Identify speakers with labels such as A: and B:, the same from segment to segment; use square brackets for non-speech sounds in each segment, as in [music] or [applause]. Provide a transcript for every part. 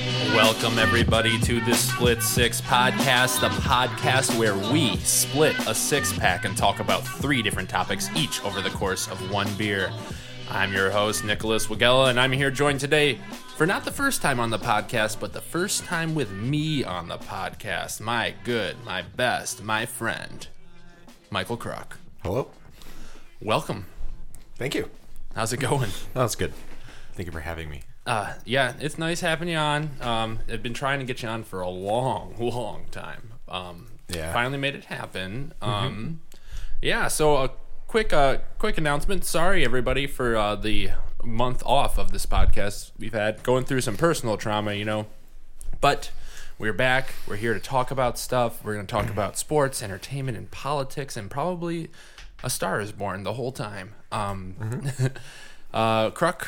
A: Welcome, everybody, to the Split Six Podcast, the podcast where we split a six pack and talk about three different topics each over the course of one beer. I'm your host, Nicholas Wagella, and I'm here joined today for not the first time on the podcast, but the first time with me on the podcast. My good, my best, my friend, Michael Crock.
B: Hello.
A: Welcome.
B: Thank you.
A: How's it going?
B: That was good. Thank you for having me.
A: Uh, yeah, it's nice having you on. Um, I've been trying to get you on for a long, [laughs] long time. Um,
B: Yeah.
A: Finally made it happen. Um, Yeah, so a quick, uh, quick announcement. Sorry, everybody, for uh, the month off of this podcast we've had. Going through some personal trauma, you know. But we're back. We're here to talk about stuff. We're going to talk about sports, entertainment, and politics, and probably a star is born the whole time. Um, [laughs] uh, Kruk,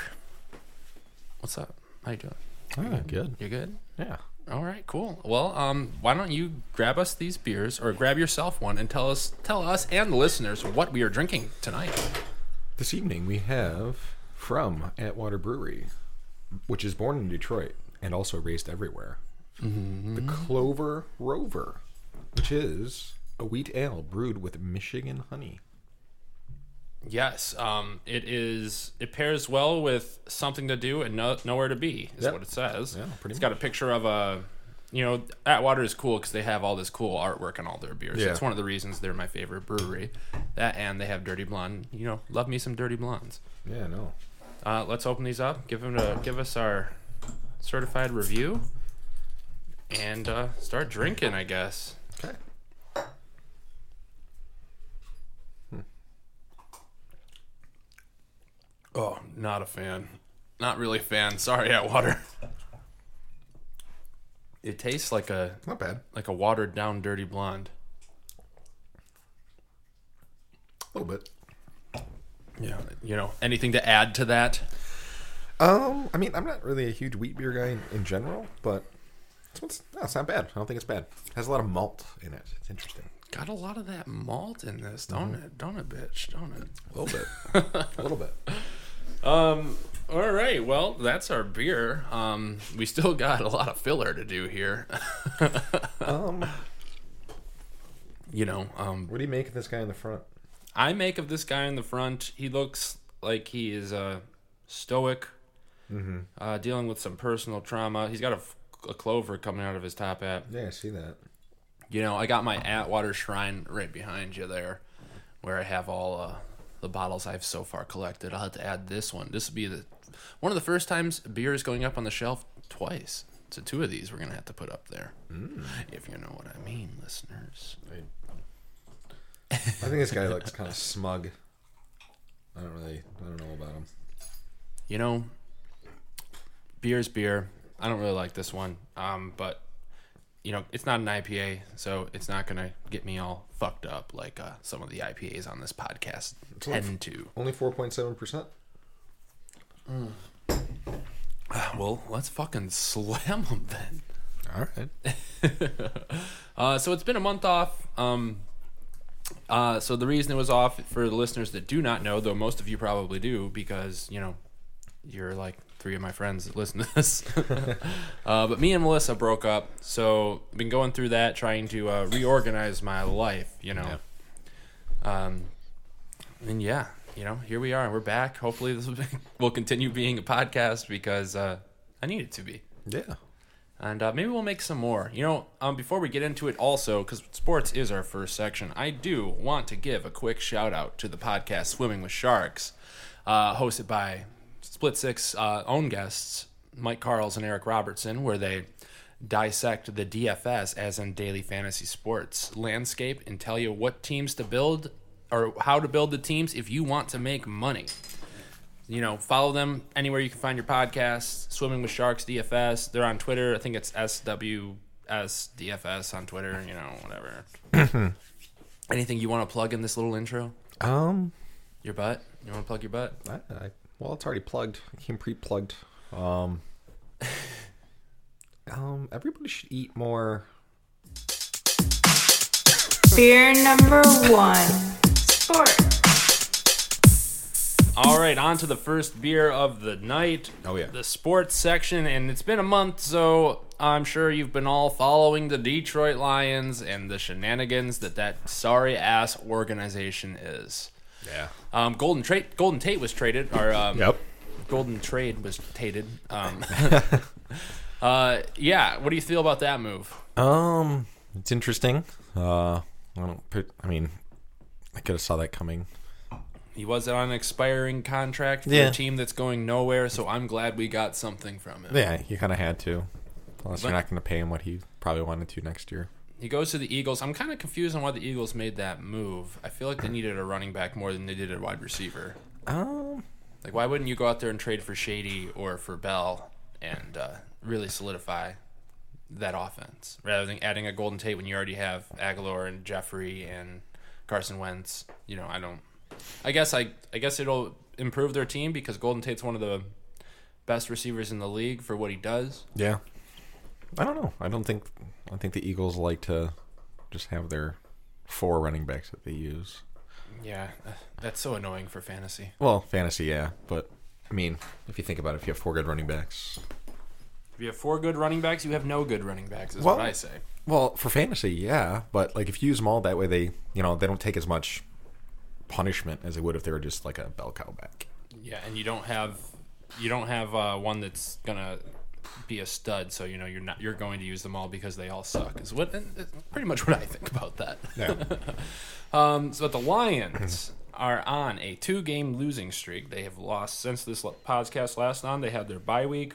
A: what's up? How you doing?
B: Oh, good.
A: You good?
B: Yeah.
A: All right, cool. Well, um, why don't you grab us these beers or grab yourself one and tell us, tell us and the listeners what we are drinking tonight.
B: This evening we have from Atwater Brewery, which is born in Detroit and also raised everywhere. The Clover Rover, which is a wheat ale brewed with Michigan honey.
A: Yes, um, it is. It pairs well with something to do and no, nowhere to be is
B: Yep.
A: what it says.
B: Yeah, pretty
A: It's got a picture of a. You know, Atwater is cool because they have all this cool artwork on all their beers.
B: Yeah.
A: That's one of the reasons they're my favorite brewery. That and they have Dirty Blonde. You know, love me some Dirty Blondes.
B: Yeah, no.
A: Uh, let's open these up. Give them to give us our certified review, and uh, start drinking. I guess.
B: Okay.
A: Oh, not a fan. Not really a fan. Sorry, [laughs] Atwater. It tastes like a
B: Not bad.
A: like a watered down dirty blonde.
B: A little bit.
A: Yeah. You know, anything to add to that?
B: Um, I mean, I'm not really a huge wheat beer guy in, in general, but this one's, no, it's not bad. I don't think it's bad. It has a lot of malt in it. It's interesting.
A: Got a lot of that malt in this, don't it? Don't it, bitch? Don't it?
B: A little bit. a little bit.
A: Um. All right. Well, that's our beer. Um. We still got a lot of filler to do here. [laughs]
B: Um,
A: you know. Um.
B: what do you make of this guy in the front?
A: I make of this guy in the front. He looks like he is uh, stoic, uh, dealing with some personal trauma. He's got a, f- a clover coming out of his top hat.
B: Yeah, I see that.
A: You know, I got my Atwater shrine right behind you there, where I have all uh, the bottles I've so far collected. I'll have to add this one. This will be the one of the first times beer is going up on the shelf twice. So two of these we're gonna have to put up there, if you know what I mean, listeners.
B: I, I think this guy looks kind of smug. I don't really, I don't know about him.
A: you know, beer's beer. I don't really like this one, um, but you know, it's not an IPA, so it's not gonna get me all fucked up like uh, some of the IPAs on this podcast tend to.
B: Only four point seven percent.
A: [sighs] Well, let's fucking [laughs] slam them then.
B: All right.
A: Uh, so it's been a month off. Um, uh, so the reason it was off for the listeners that do not know, though most of you probably do, because you know you're like three of my friends that listen to this. [laughs] uh, but me and Melissa broke up, so I've been going through that, trying to uh, reorganize my life. You know, um, and yeah, you know, here we are. We're back. Hopefully, this will, [laughs] be, will continue being a podcast because uh, I need it to be
B: Yeah.
A: and uh, maybe we'll make some more. You know, um, before we get into it, also because sports is our first section, I do want to give a quick shout out to the podcast Swimming with Sharks, uh, hosted by Split Six uh, own guests Mike Carls and Eric Robertson, where they dissect the DFS as in daily fantasy sports landscape and tell you what teams to build or how to build the teams if you want to make money you know, follow them anywhere you can find your podcast. Swimming with Sharks DFS. They're on Twitter. I think it's SWS DFS on Twitter. You know, whatever.
C: [clears throat]
A: Anything you want to plug in this little intro?
B: Um.
A: Your butt. You want to plug your butt?
B: I, I, well, it's already plugged. I came pre-plugged. Um. um. Everybody should eat more.
D: Beer number one. Sport.
A: All right, on to the first beer of the night.
C: Oh, yeah.
A: The sports section, and it's been a month, so I'm sure you've been all following the Detroit Lions and the shenanigans that that sorry ass organization is.
C: Yeah.
A: Um, Golden Trait, Golden Tate was traded, or um,
C: Yep.
A: Golden Trade was tated. Um, [laughs] uh, yeah, what do you feel about that move?
B: Um, it's interesting. Uh, I don't. Put, I mean, I could have saw that coming.
A: He was on an expiring contract for
B: Yeah.
A: a team that's going nowhere, so I'm glad we got something from him.
B: Yeah, you kind of had to. Plus, you're
A: But-
B: not going to pay him what he probably wanted to next year.
A: He goes to the Eagles. I'm kind of confused on why the Eagles made that move. I feel like they needed a running back more than they did a wide receiver.
B: Um,
A: Like, why wouldn't you go out there and trade for Shady or for Bell and uh, really solidify that offense rather than adding a Golden Tate when you already have Aguilar and Jeffrey and Carson Wentz? You know, I don't. I guess I. I guess it'll improve their team because Golden Tate's one of the best receivers in the league for what he does.
B: yeah. I don't know. I don't think. I think the Eagles like to just have their four running backs that they use.
A: Yeah, that's so annoying for fantasy.
B: Well, fantasy, yeah, but I mean, if you think about it, if you have four good running backs,
A: If you have four good running backs, you have no good running backs, is
B: Well-
A: what I say.
B: Well, for fantasy, yeah, but like if you use them all that way, they you know they don't take as much punishment as they would if they were just like a bell cow back.
A: Yeah, and you don't have you don't have uh, one that's gonna be a stud, so you know you're not you're going to use them all because they all suck. Is what and that's pretty much what I think about that. um, so the Lions are on a two-game losing streak. They have lost since this l- podcast last on. They had their bye week.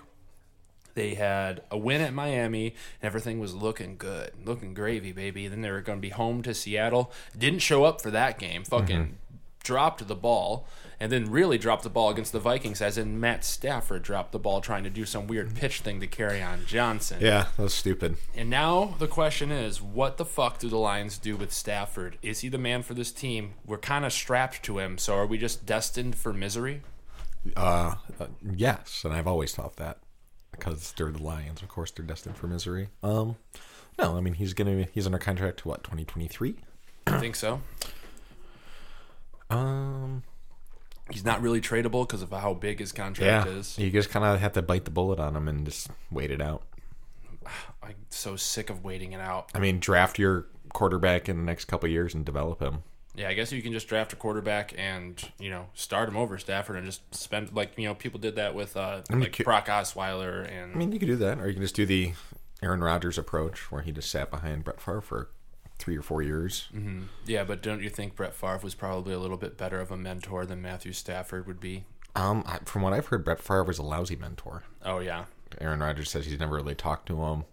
A: They had a win at Miami, and everything was looking good, looking gravy, baby. Then they were going to be home to Seattle. Didn't show up for that game. Fucking dropped the ball, and then really dropped the ball against the Vikings, as in Matt Stafford dropped the ball trying to do some weird pitch thing to carry on Johnson.
B: [laughs] Yeah, that was stupid.
A: And now the question is, what the fuck do the Lions do with Stafford? Is he the man for this team? We're kind of strapped to him, so are we just destined for misery?
B: Uh, uh, yes, and I've always thought that because they're the Lions, of course, they're destined for misery. Um, no, I mean he's gonna he's under contract to what twenty twenty three.
A: I think so. [clears throat]
B: Um,
A: He's not really tradable because of how big his contract
B: yeah,
A: is.
B: you just kind of have to bite the bullet on him and just wait it out.
A: I'm so sick of waiting it out.
B: I mean, draft your quarterback in the next couple of years and develop him.
A: Yeah, I guess you can just draft a quarterback and you know start him over Stafford and just spend like you know people did that with uh, like
B: cu-
A: Brock Osweiler and
B: I mean, you could do that, or you can just do the Aaron Rodgers approach, where he just sat behind Brett Favre for three or four years.
A: yeah, but don't you think Brett Favre was probably a little bit better of a mentor than Matthew Stafford would be?
B: Um, I, from what I've heard, Brett Favre was a lousy mentor.
A: Oh yeah,
B: Aaron Rodgers says he's never really talked to him.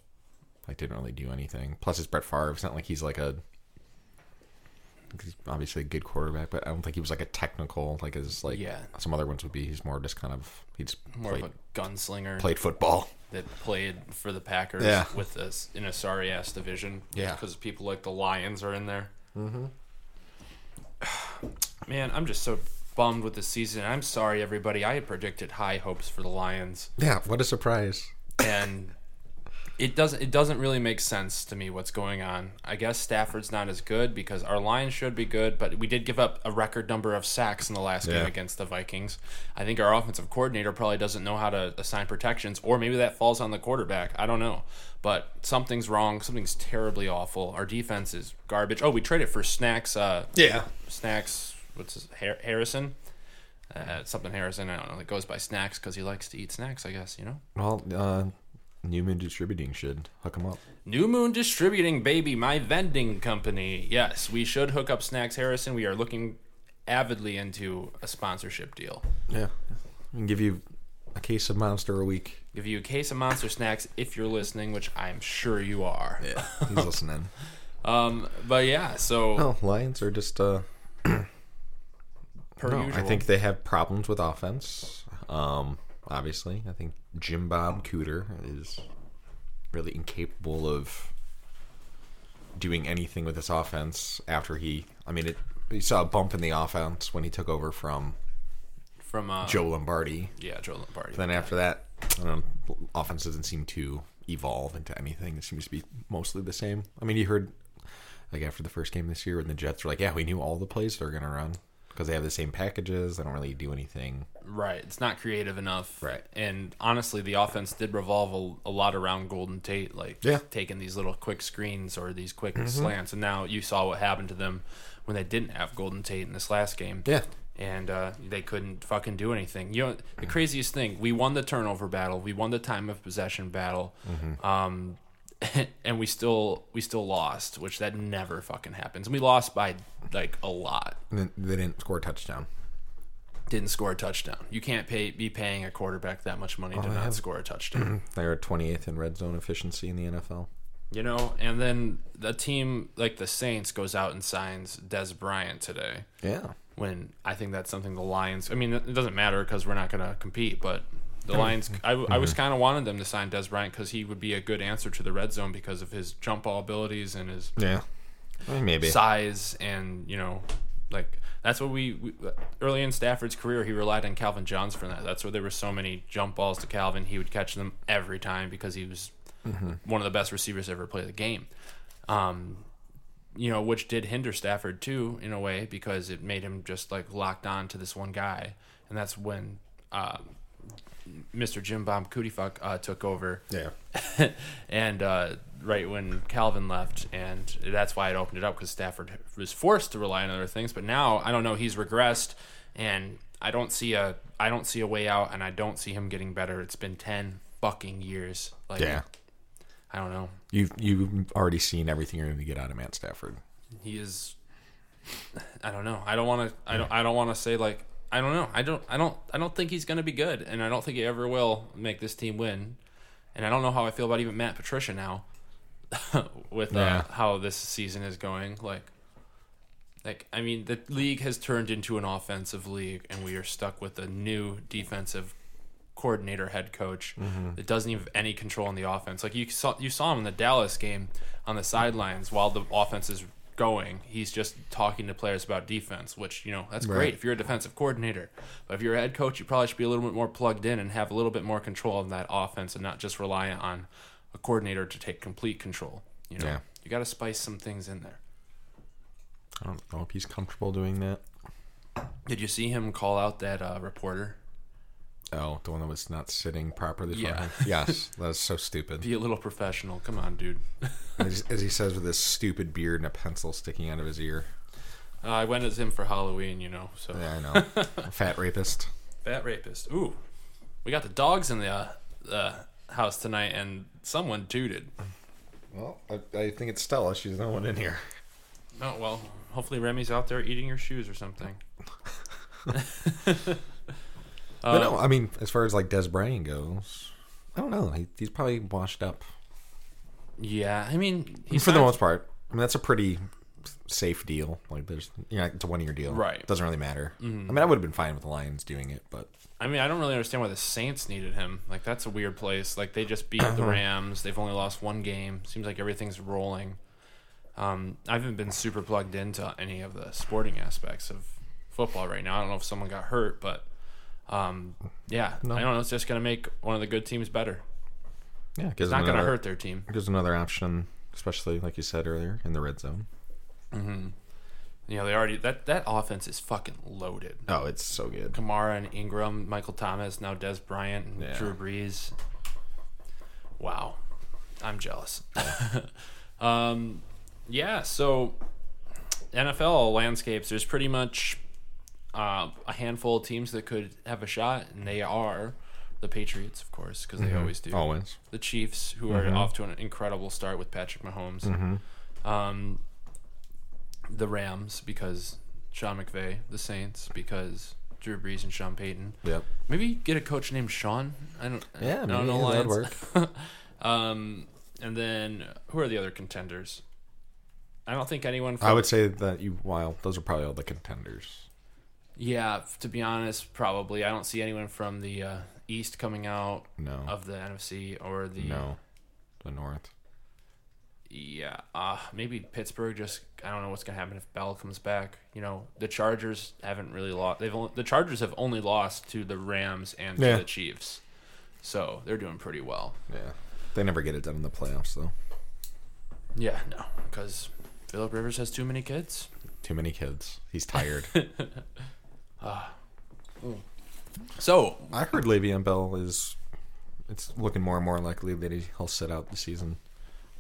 B: Like, didn't really do anything. Plus, it's Brett Favre. It's not like he's like a. He's obviously a good quarterback, but I don't think he was like a technical like as like
A: Yeah.
B: some other ones would be. He's more just kind of he's
A: more
B: played,
A: of a gunslinger
B: played football.
A: that played for the Packers
B: Yeah.
A: with us in a sorry ass division.
B: Yeah.
A: because people like the Lions are in there. Mm-hmm. Man, I'm just so bummed with the season. I'm sorry, everybody. I had predicted high hopes for the Lions.
B: Yeah, what a surprise!
A: and it doesn't it doesn't really make sense to me what's going on. I guess Stafford's not as good because our Lions should be good, but we did give up a record number of sacks in the last game
B: Yeah.
A: against the Vikings. I think our offensive coordinator probably doesn't know how to assign protections, or maybe that falls on the quarterback. I don't know, but something's wrong. Something's terribly awful. Our defense is garbage. Oh, we traded for snacks. Uh,
B: Yeah,
A: snacks. What's his Har- Harrison? Uh, something Harrison. I don't know. It goes by snacks because he likes to eat snacks. I guess you know.
B: well, uh, Newman Distributing should hook him up.
A: New Moon Distributing, baby, my vending company. Yes, we should hook up Snacks Harrison. We are looking avidly into a sponsorship deal.
B: Yeah. I can give you a case of Monster a week.
A: Give you a case of Monster Snacks if you're listening, which I'm sure you are.
B: Yeah. [laughs] He's listening.
A: Um, but yeah, so
B: No, Lions are just, uh,
A: per
B: no,
A: usual,
B: I think they have problems with offense. Um, obviously, I think Jim Bob Cooter is really incapable of doing anything with this offense after he, I mean, it, you saw a bump in the offense when he took over from
A: from uh,
B: Joe Lombardi.
A: yeah, Joe Lombardi.
B: Then after that, I don't know, offense doesn't seem to evolve into anything. It seems to be mostly the same. I mean, you heard like after the first game this year when the Jets were like, "Yeah, we knew all the plays they're going to run because they have the same packages. They don't really do anything.
A: Right. It's not creative enough.
B: Right.
A: And honestly, the offense did revolve a, a lot around Golden Tate, like
B: Yeah. Mm-hmm.
A: taking these little quick screens or these quick slants. And now you saw what happened to them when they didn't have Golden Tate in this last game.
B: Yeah.
A: And uh, they couldn't fucking do anything. You know, the craziest thing, we won the turnover battle, we won the time of possession battle.
B: Mm-hmm.
A: Um, [laughs] and we still we still lost, which that never fucking happens. And we lost by like a lot
B: And then they didn't score a touchdown.
A: didn't score a touchdown. You can't pay be paying a quarterback that much money to not score a touchdown.
B: They are 28th in red zone efficiency in the NFL.
A: you know, and then the team like the Saints goes out and signs Des Bryant today.
B: Yeah.
A: When I think that's something the Lions. I mean, it doesn't matter because we're not going to compete. But the Lions, I, I was kind of wanted them to sign Des Bryant because he would be a good answer to the red zone because of his jump ball abilities and his
B: Yeah. Maybe.
A: size and you know like that's what we, we early in Stafford's career he relied on Calvin Johns for that. That's where there were so many jump balls to Calvin. He would catch them every time because he was
B: Mm-hmm.
A: one of the best receivers to ever play the game. Um, you know, which did hinder Stafford too in a way because it made him just like locked on to this one guy, and that's when uh, Mr. Jim Bob Cootie uh, took over
B: yeah.
A: [laughs] and uh, right when Calvin left, and that's why it opened it up because Stafford was forced to rely on other things. But now I don't know; he's regressed, and I don't see a I don't see a way out, and I don't see him getting better. It's been ten fucking years. Like,
B: Yeah.
A: I don't know.
B: You've, you've already seen everything you're going to get out of Matt Stafford.
A: He is. [sighs] I don't know. I don't want to. I don't. I don't want to say like. I don't know. I don't. I don't. I don't think he's going to be good, and I don't think he ever will make this team win. And I don't know how I feel about even Matt Patricia now, [laughs] with uh,
B: Yeah.
A: how this season is going. Like, like I mean, the league has turned into an offensive league, and we are stuck with a new defensive coordinator, head coach that doesn't even have any control on the offense. Like you saw, you saw him in the Dallas game on the sidelines while the offense is going. He's just talking to players about defense, which you know that's great if you're a defensive coordinator. But if you're a head coach, you probably should be a little bit more plugged in and have a little bit more control on that offense, and not just rely on a coordinator to take complete control. You know,
B: Yeah.
A: you got to spice some things in there.
B: I don't know if he's comfortable doing that.
A: Did you see him call out that uh, reporter?
B: Oh, the one that was not sitting properly. for
A: Yeah.
B: him. Yes, that was so stupid.
A: Be a little professional. Come on, dude.
B: As, as he says with this stupid beard and a pencil sticking out of his ear.
A: Uh, I went as him for Halloween, you know. So
B: Yeah, I know.
A: [laughs]
B: Fat rapist.
A: fat rapist. Ooh, we got the dogs in the uh, uh, house tonight, and someone tooted.
B: Well, I, I think it's Stella. She's the one in here.
A: Oh well. Hopefully Remy's out there eating your shoes or something.
B: But
A: Uh,
B: no, I mean, as far as like Des Bryant goes, I don't know. He, he's probably washed up
A: Yeah, I mean he's
B: for the
A: not-
B: most part. I mean, that's a pretty safe deal. Like, there's you know, it's a one year deal.
A: Right. Mm-hmm.
B: Doesn't really matter. I mean, I would have been fine with the Lions doing it, but
A: I mean I don't really understand why the Saints needed him. Like that's a weird place. Like they just beat
B: [clears throat]
A: the Rams. They've only lost one game. Seems like everything's rolling. Um, I haven't been super plugged into any of the sporting aspects of football right now. I don't know if someone got hurt, but um, yeah, I don't know. It's just gonna make one of the good teams better.
B: yeah, it's
A: It's not going to hurt their team.
B: There's another option, especially like you said earlier in the red zone.
A: You know, they already that that offense is fucking loaded.
B: Oh, it's so good.
A: Kamara and Ingram, Michael Thomas, now Des Bryant and
B: Yeah.
A: Drew Brees. Wow, I'm jealous. [laughs] um, yeah, so NFL landscapes. There's pretty much uh, a handful of teams that could have a shot, and they are the Patriots, of course, because
B: Mm-hmm.
A: they always do.
B: Always.
A: the Chiefs, who
B: Mm-hmm.
A: are off to an incredible start with Patrick Mahomes. Um, the Rams because Sean McVay. The Saints because Drew Brees and Sean Payton.
B: Yep.
A: Maybe get a coach named Sean. I don't.
B: Yeah,
A: I don't
B: maybe
A: know.
B: that'd
A: Lions. um, and then who are the other contenders? I don't think anyone. From,
B: I would say that you. Wow, those are probably all the contenders.
A: Yeah, to be honest, probably I don't see anyone from the uh, East coming out
B: No.
A: of the NFC or the
B: No. The North.
A: Yeah, uh, maybe Pittsburgh. Just I don't know what's gonna happen if Bell comes back. You know, the Chargers haven't really lost. They've only, the Chargers have only lost to the Rams and to
B: Yeah.
A: the Chiefs, so they're doing pretty well.
B: Yeah. They never get it done in the playoffs, though.
A: Yeah, no, because Philip Rivers has too many kids.
B: too many kids.
A: [laughs]
B: He's tired.
A: So
B: I heard Le'Veon Bell is. It's looking more and more likely that he'll sit out the season.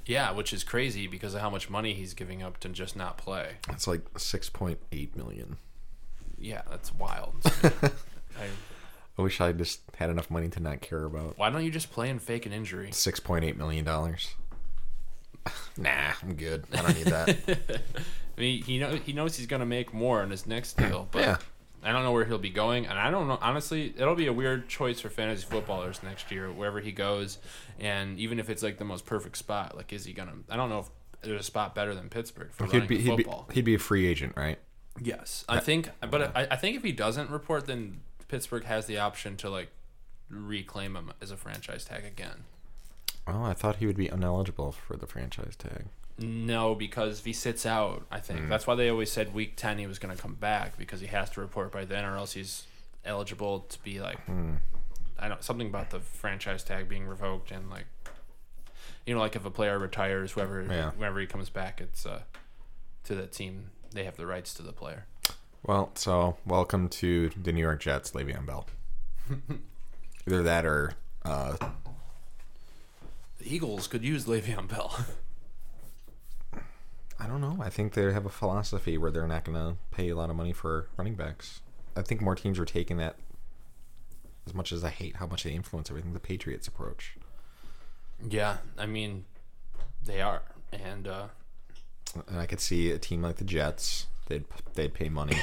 A: yeah, which is crazy because of how much money he's giving up to just not play.
B: It's like six point eight million.
A: Yeah, that's wild. I,
B: I wish I just had enough money to not care about
A: why don't you just play and fake an injury?
B: six point eight million dollars. [sighs] Nah, I'm good. I don't need that.
A: I mean, he knows he knows he's gonna make more in his next deal, but
B: Yeah.
A: I don't know where he'll be going, and I don't know. Honestly, it'll be a weird choice for fantasy footballers next year, wherever he goes, and even if it's like the most perfect spot, like is he gonna? I don't know if there's a spot better than Pittsburgh for [laughs] running
B: he'd be
A: the
B: he'd be,
A: football.
B: he'd be a free agent, right?
A: yes, I think, but I, I think if he doesn't report, then Pittsburgh has the option to like reclaim him as a franchise tag again.
B: Oh, I thought he would be ineligible for the franchise tag.
A: No, because if he sits out, I think
B: Mm.
A: that's why they always said week ten he was going to come back because he has to report by then, or else he's eligible to be like,
B: Hmm.
A: I don't something about the franchise tag being revoked and like, you know, like if a player retires, whoever
B: Yeah.
A: whenever he comes back, it's uh, to the team they have the rights to the player.
B: Well, so welcome to the New York Jets, Le'Veon [laughs] Bell. Either that or uh,
A: The Eagles could use Le'Veon Bell. [laughs]
B: I don't know. I think they have a philosophy where they're not going to pay a lot of money for running backs. I think more teams are taking that. As much as I hate how much they influence everything, the Patriots approach.
A: yeah, I mean, they are, and uh,
B: And I could see a team like the Jets; they'd they'd pay [laughs] money.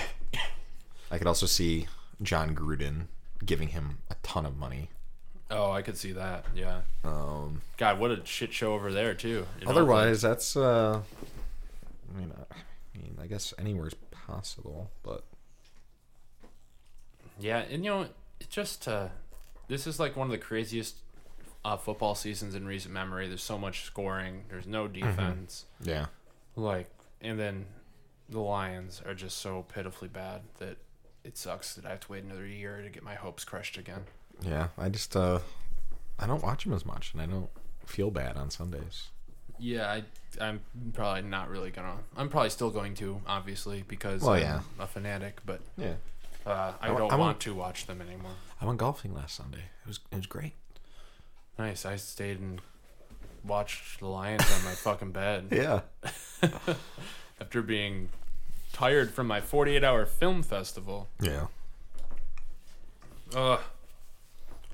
B: I could also see John Gruden giving him a ton of money.
A: oh, I could see that. Yeah,
B: Um,
A: God, what a shit show over there too. You know,
B: Otherwise, that's. Uh, I mean, I, I mean, I guess anywhere's possible, but
A: Yeah, and you know, it's just uh, this is like one of the craziest uh, football seasons in recent memory. There's so much scoring. There's no defense.
B: yeah,
A: Like, and then the Lions are just so pitifully bad that it sucks that I have to wait another year to get my hopes crushed again.
B: yeah. I just, uh, I don't watch him as much, and I don't feel bad on Sundays.
A: Yeah, I, I'm probably not really gonna. I'm probably still going to, obviously, because
B: Well,
A: I'm
B: yeah.
A: a fanatic. But
B: Yeah,
A: uh, I,
B: I wa-
A: don't
B: I wa-
A: want to watch them anymore.
B: I went golfing last Sunday. It was, it was great.
A: Nice. I stayed and watched the Lions on my fucking
B: [laughs]
A: bed.
B: Yeah,
A: after being tired from my 48 hour film festival.
B: yeah.
A: Ugh.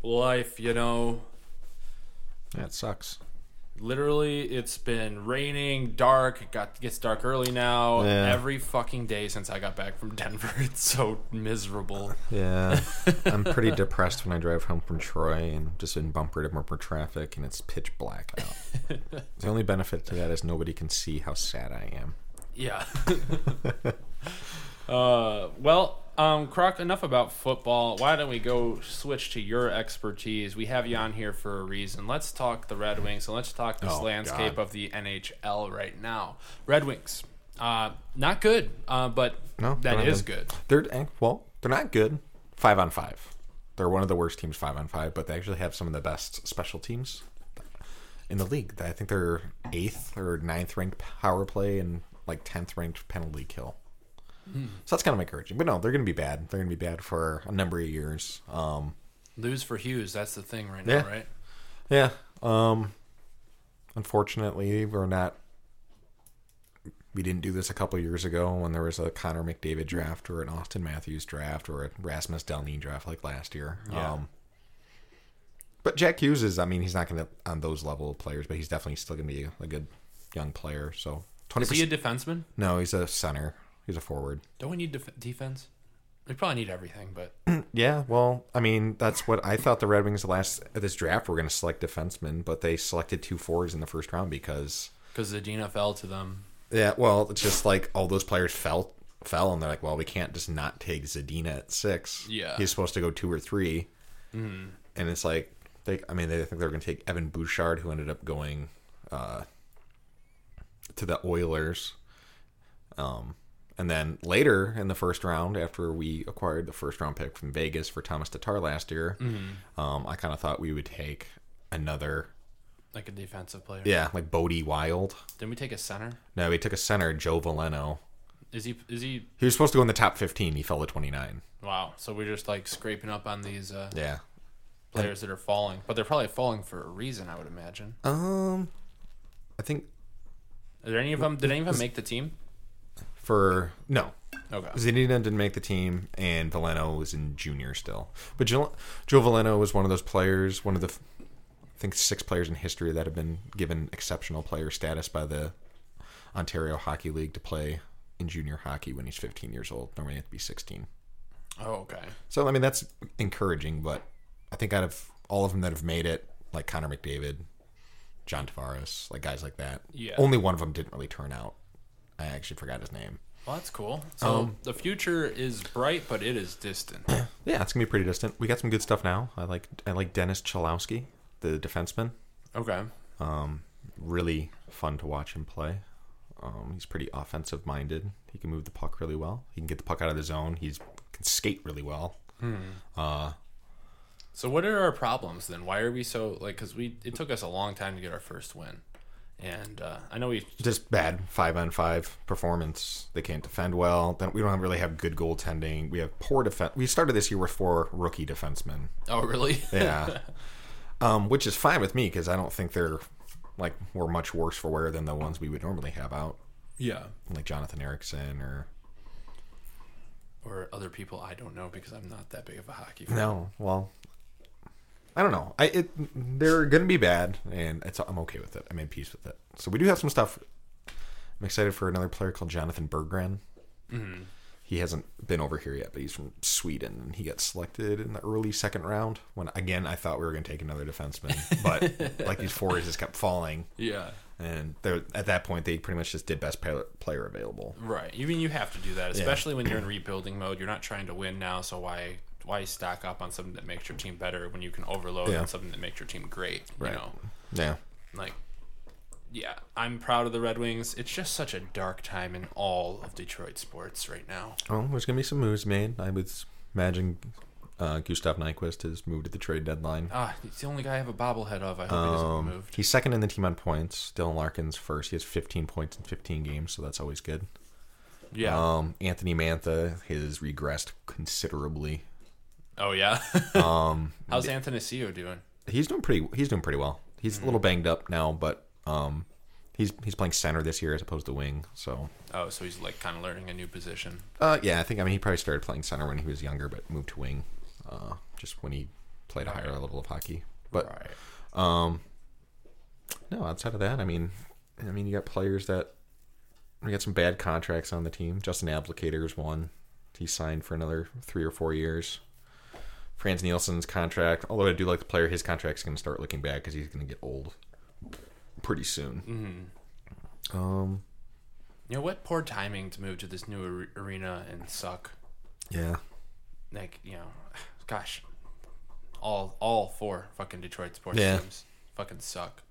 A: Life, you know.
B: Yeah, it sucks.
A: Literally, it's been raining, dark. It got gets dark early now.
B: Yeah.
A: Every fucking day since I got back from Denver, [laughs] it's so miserable.
B: [laughs] Yeah, I'm pretty depressed when I drive home from Troy and just in bumper to bumper traffic, and it's pitch black out. [laughs] the only benefit to that is nobody can see how sad I am.
A: Yeah. [laughs] uh, well, um, Croc, enough about football. Why don't we go switch to your expertise? We have you on here for a reason. Let's talk the Red Wings and let's talk this
B: Oh,
A: landscape
B: God.
A: of the NHL right now. Red Wings. Uh, not good, uh, but
B: No, they're
A: that
B: not
A: is
B: good.
A: good.
B: They're eh, well, they're not good. Five on five. They're one of the worst teams five on five, but they actually have some of the best special teams in the league. I think they're eighth or ninth ranked power play and like tenth ranked penalty kill. So that's kind of encouraging. But no, they're going to be bad. They're going to be bad for a number of years. Um,
A: Lose for Hughes. That's the thing right
B: Yeah.
A: now, right?
B: yeah. Um, unfortunately, we're not. We didn't do this a couple of years ago when there was a Connor McDavid draft or an Austin Matthews draft or a Rasmus Dalin draft like last year.
A: Yeah.
B: Um, but Jack Hughes is, I mean, he's not going to on those level of players, but he's definitely still going to be a, a good young player. So twenty
A: Is he a
B: percent.
A: defenseman?
B: no, he's a center. He's a forward.
A: Don't we need def- defense? We probably need everything, but
B: Yeah, well, I mean, that's what I thought the Red Wings last at this draft were going to select defensemen, but they selected two forwards in the first round because
A: because the Dina fell to them.
B: Yeah, well, it's just like all those players fell fell, and they're like, well, we can't just not take Zadina at six.
A: Yeah.
B: he's supposed to go two or 3 and it's like they. I mean, they think they're going to take Evan Bouchard, who ended up going uh, to the Oilers. Um, and then later in the first round, after we acquired the first round pick from Vegas for Thomas Tatar last year, um, I kind of thought we would take another.
A: Like a defensive player.
B: Yeah, like Bodie Wild.
A: Didn't we take a center?
B: No, we took a center, Joe Valeno.
A: Is he? Is he?
B: He was supposed to go in the top 15. He fell to 29.
A: Wow. So we're just like scraping up on these uh,
B: Yeah.
A: players that are falling, but they're probably falling for a reason, I would imagine.
B: Um, I think
A: Are there any of them? Did any of them make the team?
B: for no,
A: Okay.
B: Zanina didn't make the team, and Valeno was in junior still. But Joe, Joe Valeno was one of those players, one of the, f- I think six players in history that have been given exceptional player status by the Ontario Hockey League to play in junior hockey when he's 15 years old. Normally, you have to be 16.
A: Oh, okay.
B: So I mean, that's encouraging. But I think out of all of them that have made it, like Connor McDavid, John Tavares, like guys like that,
A: Yeah.
B: only one of them didn't really turn out. I actually forgot his name.
A: Well, that's cool. So
B: Um,
A: the future is bright, but it is
B: [clears throat]
A: distant.
B: Yeah, it's gonna be pretty distant. We got some good stuff now. I like I like Dennis Chalowski, the defenseman.
A: okay.
B: Really fun to watch him play. Um, he's pretty offensive minded. He can move the puck really well. He can get the puck out of the zone. He's can skate really well.
A: So what are our problems then? Why are we so like? Because we it took us a long time to get our first win, and uh, I know we [laughs]
B: Just bad five on five performance. They can't defend well. Then we don't really have good goaltending. We have poor defense. We started this year with four rookie defensemen.
A: Oh, really?
B: Yeah. um, which is fine with me because I don't think they're like we're much worse for wear than the ones we would normally have out,
A: yeah.
B: like Jonathan Erickson or
A: Or other people I don't know because I'm not that big of a hockey fan.
B: no. Well, I don't know. I it they're gonna be bad, and it's I'm okay with it. I made peace with it. So we do have some stuff. I'm excited for another player called Jonathan Berggren. He hasn't been over here yet, but he's from Sweden, and he got selected in the early second round. When again, I thought we were going to take another defenseman, but like these fours just kept falling.
A: Yeah.
B: and they're, at that point they pretty much just did best player, player available.
A: Right. I mean, you have to do that, especially when you're in rebuilding mode. You're not trying to win now, so why why stock up on something that makes your team better when you can overload
B: Yeah.
A: on something that makes your team great?
B: Right.
A: You know,
B: Yeah,
A: like yeah, I'm proud of the Red Wings. It's just such a dark time in all of Detroit sports right now.
B: well, Oh, there's gonna be some moves made. I was imagining uh, Gustav Nyquist has moved at the trade deadline.
A: Ah, it's the only guy I have a bobblehead of. I hope he doesn't
B: Um,
A: get moved.
B: He's second in the team on points. Dylan Larkin's first. He has 15 points in 15 games, so that's always good.
A: Yeah.
B: Um, Anthony Mantha has regressed considerably.
A: oh yeah. [laughs]
B: um,
A: How's Anthony Anthony doing?
B: He's doing pretty. He's doing pretty well. He's a little banged up now, but um, he's he's playing center this year as opposed to wing. So
A: Oh, so he's like kind of learning a new position.
B: Uh, yeah, I think I mean he probably started playing center when he was younger, but moved to wing, uh, just when he played a higher level of hockey. But
A: Right.
B: no, outside of that, I mean, I mean, you got players that we got some bad contracts on the team. Justin Applicator is one; he signed for another three or four years. Franz Nielsen's contract, although I do like the player, his contract's going to start looking bad because he's going to get old pretty soon.
A: Mm-hmm.
B: Um,
A: You know what? Poor timing to move to this new ar- arena and suck.
B: yeah, [laughs]
A: Like you know, [sighs] gosh, all all four fucking Detroit sports
B: Yeah.
A: teams fucking suck.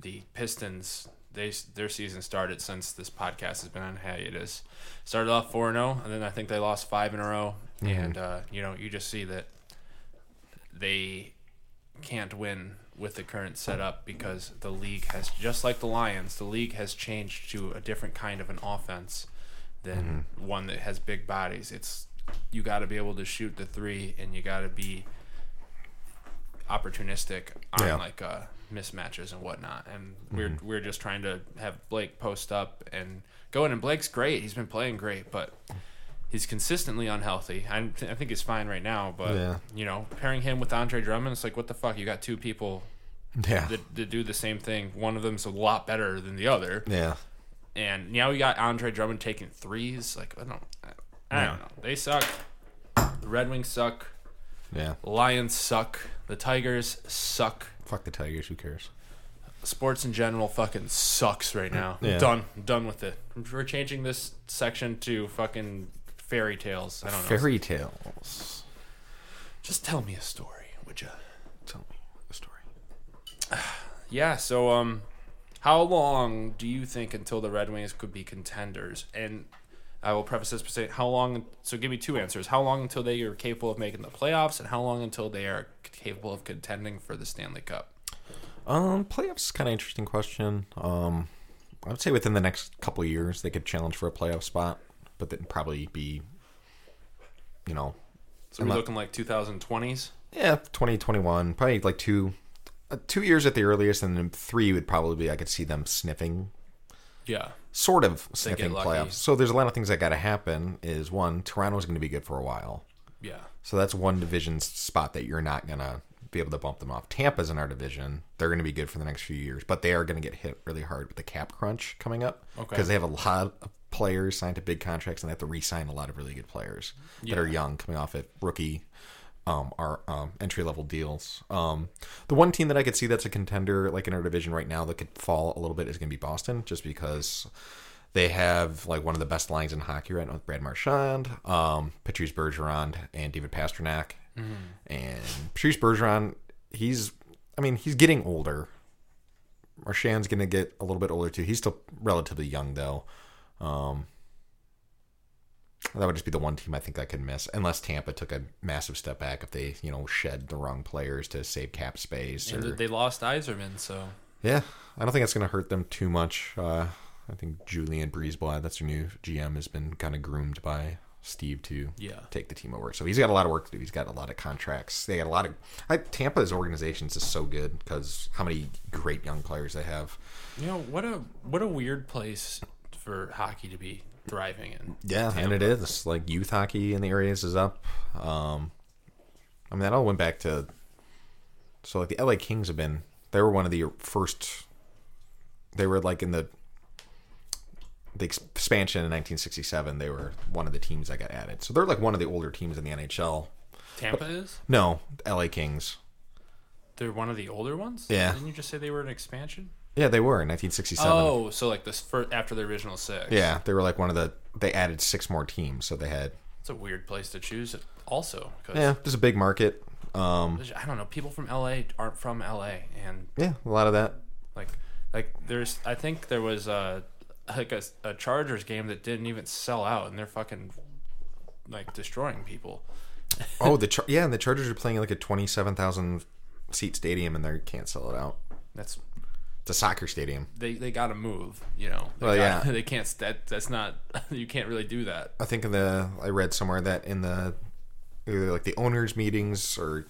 A: The Pistons, they their season started since this podcast has been on hiatus. Started off four zero, and then I think they lost five in a row. And uh, you know, you just see that they can't win with the current setup because the league has just like the Lions, the league has changed to a different kind of an offense than one that has big bodies. It's you got to be able to shoot the three and you got to be opportunistic on
B: Yeah.
A: like uh, mismatches and whatnot. And we're we're just trying to have Blake post up and go in. And Blake's great. He's been playing great, but he's consistently unhealthy. I, I think he's fine right now, but
B: Yeah.
A: you know, pairing him with Andre Drummond, it's like what the fuck? You got two people
B: yeah,
A: that, that do the same thing. One of them's a lot better than the other,
B: yeah.
A: and now you got Andre Drummond taking threes. Like I don't, I don't know. They suck. The Red Wings suck.
B: Yeah,
A: Lions suck. The Tigers suck.
B: fuck the Tigers. Who cares?
A: sports in general fucking sucks right now.
B: Yeah.
A: Done. I'm done with it. We're changing this section to fucking fairy tales. I don't know.
B: Fairy tales.
A: Just tell me a story, would you?
B: Tell me a story.
A: [sighs] Yeah. So, um, how long do you think until the Red Wings could be contenders? And I will preface this by saying, how long? So, give me two answers. How long until they are capable of making the playoffs, and how long until they are capable of contending for the Stanley Cup?
B: Um, playoffs is kind of interesting question. Um, I would say within the next couple of years they could challenge for a playoff spot. but that'd probably be, you know,
A: So we're looking like 2020s.
B: yeah, 2021, probably like two, uh, two years at the earliest, and then three would probably be I could see them sniffing,
A: Yeah.
B: sort of sniffing
A: lucky.
B: playoffs. So there's a lot of things that got to happen. Is one, Toronto's going to be good for a while,
A: Yeah.
B: so that's one division spot that you're not going to be able to bump them off. Tampa's in our division; they're going to be good for the next few years, but they are going to get hit really hard with the cap crunch coming up
A: Okay.
B: because they have a lot of players signed to big contracts and they have to re-sign a lot of really good players that are young coming off at rookie um, our um, entry level deals. Um, the one team that I could see that's a contender, like in our division right now, that could fall a little bit is going to be Boston, just because they have like one of the best lines in hockey right now with Brad Marchand, um, Patrice Bergeron, and David Pasternak. And Patrice Bergeron, he's, I mean, he's getting older. Marchand's going to get a little bit older too. He's still relatively young though. Um, that would just be the one team I think I could miss, unless Tampa took a massive step back if they, you know, shed the wrong players to save cap space.
A: And
B: or-
A: they lost Iserman, so
B: yeah, I don't think that's going to hurt them too much. Uh, I think Julian Breezeblatt, that's their new GM, has been kind of groomed by Steve to
A: Yeah.
B: take the team over. So he's got a lot of work to do. He's got a lot of contracts. They got a lot of. I, Tampa's organization is just so good because how many great young players they have.
A: you know what a what a weird place for hockey to be thriving in.
B: Yeah, and it is like youth hockey in the areas is up. Um, I mean, that all went back to so like the LA Kings have been. They were one of the first. They were like in the the expansion in 1967. They were one of the teams that got added. So they're like one of the older teams in the NHL.
A: Tampa is?
B: No, LA Kings.
A: They're one of the older ones?
B: Yeah.
A: Didn't you just say they were an expansion?
B: Yeah, they were in 1967.
A: Oh, so like this first, after the original six.
B: Yeah, they were like one of the. They added six more teams, so they had.
A: It's a weird place to choose it also. 'cause
B: Yeah, there's a big market. Um,
A: I don't know. People from LA aren't from LA, and
B: yeah, a lot of that.
A: like like there's I think there was a like a, a Chargers game that didn't even sell out, and they're fucking like destroying people.
B: Oh, the char- yeah, and the Chargers are playing in, like a twenty-seven thousand seat stadium, and they can't sell it out.
A: That's
B: It's a soccer stadium.
A: they they got to move. You know. They
B: Well,
A: got- [laughs]
B: yeah.
A: They can't. That that's not. [laughs] You can't really do that.
B: I think in the I read somewhere that in the either like the owners' meetings or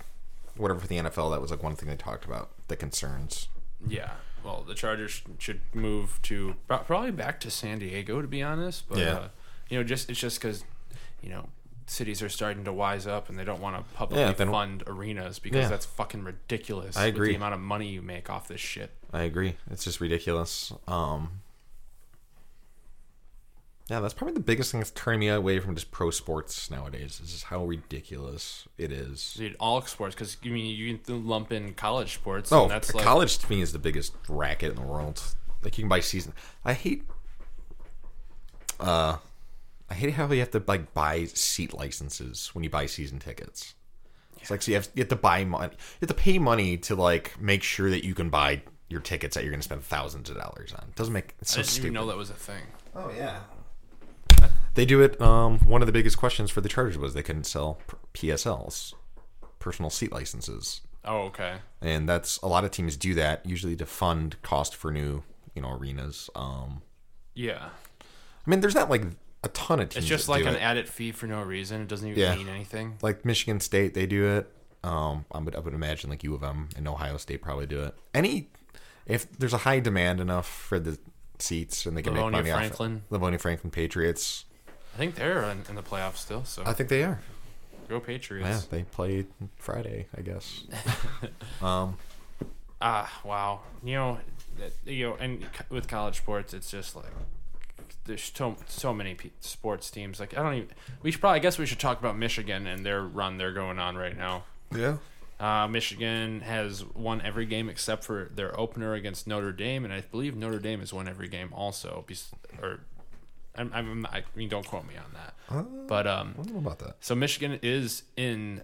B: whatever for the NFL, that was like one thing they talked about the concerns.
A: Yeah. Well, the Chargers should move to pro- probably back to San Diego, to be honest. But
B: Yeah.
A: uh, you know, just it's just because you know cities are starting to wise up and they don't want to publicly
B: Yeah, they don't-
A: fund arenas because
B: Yeah.
A: that's fucking ridiculous.
B: I
A: With
B: agree.
A: the amount of money you make off this shit.
B: I agree. It's just ridiculous. Um, yeah, that's probably the biggest thing that's turning me away from just pro sports nowadays. Is just how ridiculous it is.
A: Dude, all sports because you mean you can lump in college sports.
B: Oh,
A: and that's like,
B: college to me is the biggest racket in the world. Like you can buy season. I hate. Uh, I hate how you have to like buy seat licenses when you buy season tickets. It's like so you have you have to buy money, you have to pay money to like make sure that you can buy your tickets that you're going to spend thousands of dollars on. It doesn't make it's
A: I
B: so
A: didn't
B: stupid.
A: even know that was a thing.
B: Oh yeah. They do it. Um, one of the biggest questions for the Chargers was they couldn't sell p- PSLs, personal seat licenses
A: Oh, okay.
B: and that's a lot of teams do that usually to fund cost for new you know arenas um
A: Yeah,
B: i mean there's not like a ton of teams
A: it's just
B: that
A: like
B: do
A: an
B: it.
A: added fee for no reason. It doesn't even
B: Yeah.
A: mean anything.
B: like michigan state they do it um I would, I would imagine like u of m and ohio state probably do it any if there's a high demand enough for the seats and they can
A: Livonia
B: make money
A: Franklin.
B: off livonia franklin patriots
A: I think they're in, in the playoffs still. So
B: i think they are
A: go
B: yeah
A: Patriots.
B: they play friday i
A: [laughs]
B: guess
A: Ah, wow. You know, that, you know, and co- with college sports, it's just like there's so so many pe- sports teams. Like I don't even. We should probably. I guess we should talk about Michigan and their run they're going on right now.
B: yeah
A: Uh, Michigan has won every game except for their opener against Notre Dame, and I believe Notre Dame has won every game also. bes- Or, I'm, I'm, I mean, don't quote me on that. But
B: i
A: um,
B: don't know about that
A: so Michigan is in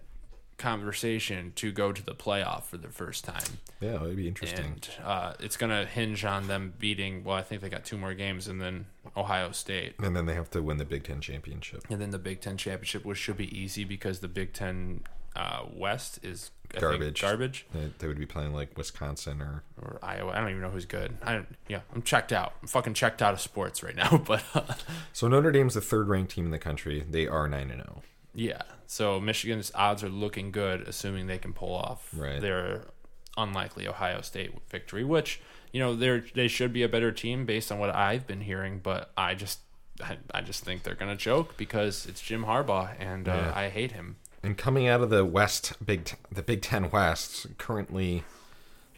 A: conversation to go to the playoff for the first time,
B: yeah it'd be interesting
A: and uh, it's going to hinge on them beating. Well, I think they got two more games, and then Ohio State.
B: and then they have to win the big ten championship
A: And then the Big Ten championship, which should be easy because the Big Ten uh, West is I think,
B: Garbage.
A: garbage,
B: They, they would be playing like Wisconsin or
A: or Iowa. I don't even know who's good. I don't, yeah, I'm checked out. I'm fucking checked out of sports right now. [laughs] But uh,
B: so Notre Dame's the third ranked team in the country. They are nine and oh. zero.
A: yeah, so Michigan's odds are looking good, assuming they can pull off
B: Right.
A: their unlikely Ohio State victory, which you know they are they should be a better team based on what I've been hearing. But I just I, I just think they're gonna choke because it's Jim Harbaugh and uh, I hate him. [laughs]
B: And coming out of the West, Big T- the Big Ten West, currently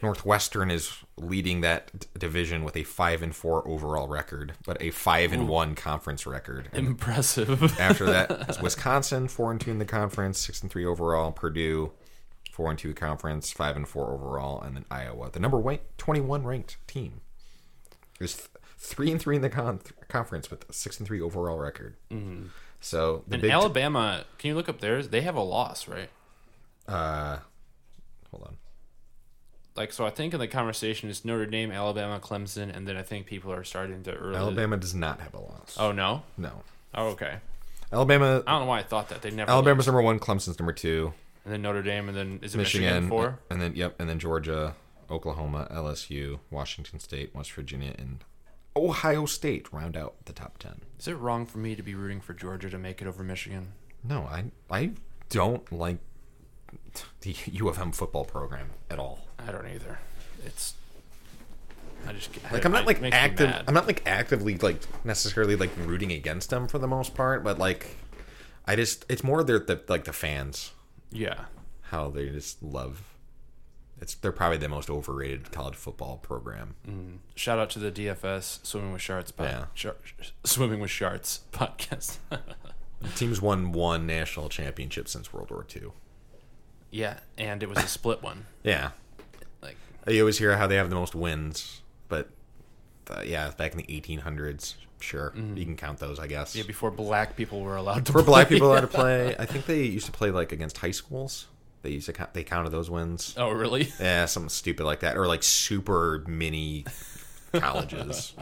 B: Northwestern is leading that d- division with a five and four overall record, but a five and one conference record. And
A: Impressive.
B: after
A: [laughs]
B: that is Wisconsin, four and two in the conference, six and three overall. Purdue, four and two conference, five and four overall, and then Iowa, the number wa- twenty-one ranked team, is th- three and three in the con- conference with a six and three overall record. So the
A: Mm-hmm. And
B: Big Ten-
A: Alabama, can you look up theirs? They have a loss, right?
B: uh, hold on.
A: Like so, I think in the conversation it's Notre Dame, Alabama, Clemson, and then I think people are starting to early.
B: Alabama does not have a loss.
A: Oh no.
B: No.
A: Oh okay.
B: Alabama
A: I don't know why I thought that they never.
B: Alabama's number one, Clemson's number two,
A: and then Notre Dame, and then is it Michigan,
B: Michigan,
A: four?
B: and then yep, and then Georgia, Oklahoma, LSU, Washington State, West Virginia, and Ohio State round out the top ten.
A: Is it wrong for me to be rooting for Georgia to make it over Michigan?
B: No, I I don't like the U of M football program at all.
A: I don't either. It's. I just
B: Like I'm not like active. I'm
A: I'm
B: not like actively like necessarily like rooting against them for the most part, but like I just it's more their the like the fans
A: yeah.
B: how they just love. It's they're probably the most overrated college football program.
A: Shout out to the DFS Swimming with Sharks pod,
B: Yeah.
A: Shar- Swimming with Sharks [laughs]
B: [laughs]
A: podcast.
B: The team's won one national championship since World War II.
A: yeah, and it was a split one.
B: Yeah,
A: Like
B: you always hear how they have the most wins, but uh, yeah, back in the 1800s, sure, you can count those, I guess.
A: Mm-hmm. yeah, before black people were allowed to.
B: For
A: play. [laughs]
B: black people allowed to play, I think they used to play like against high schools. They used to count, they counted those wins.
A: Oh really?
B: Yeah, something stupid like that, or like super
A: [laughs]
B: mini colleges.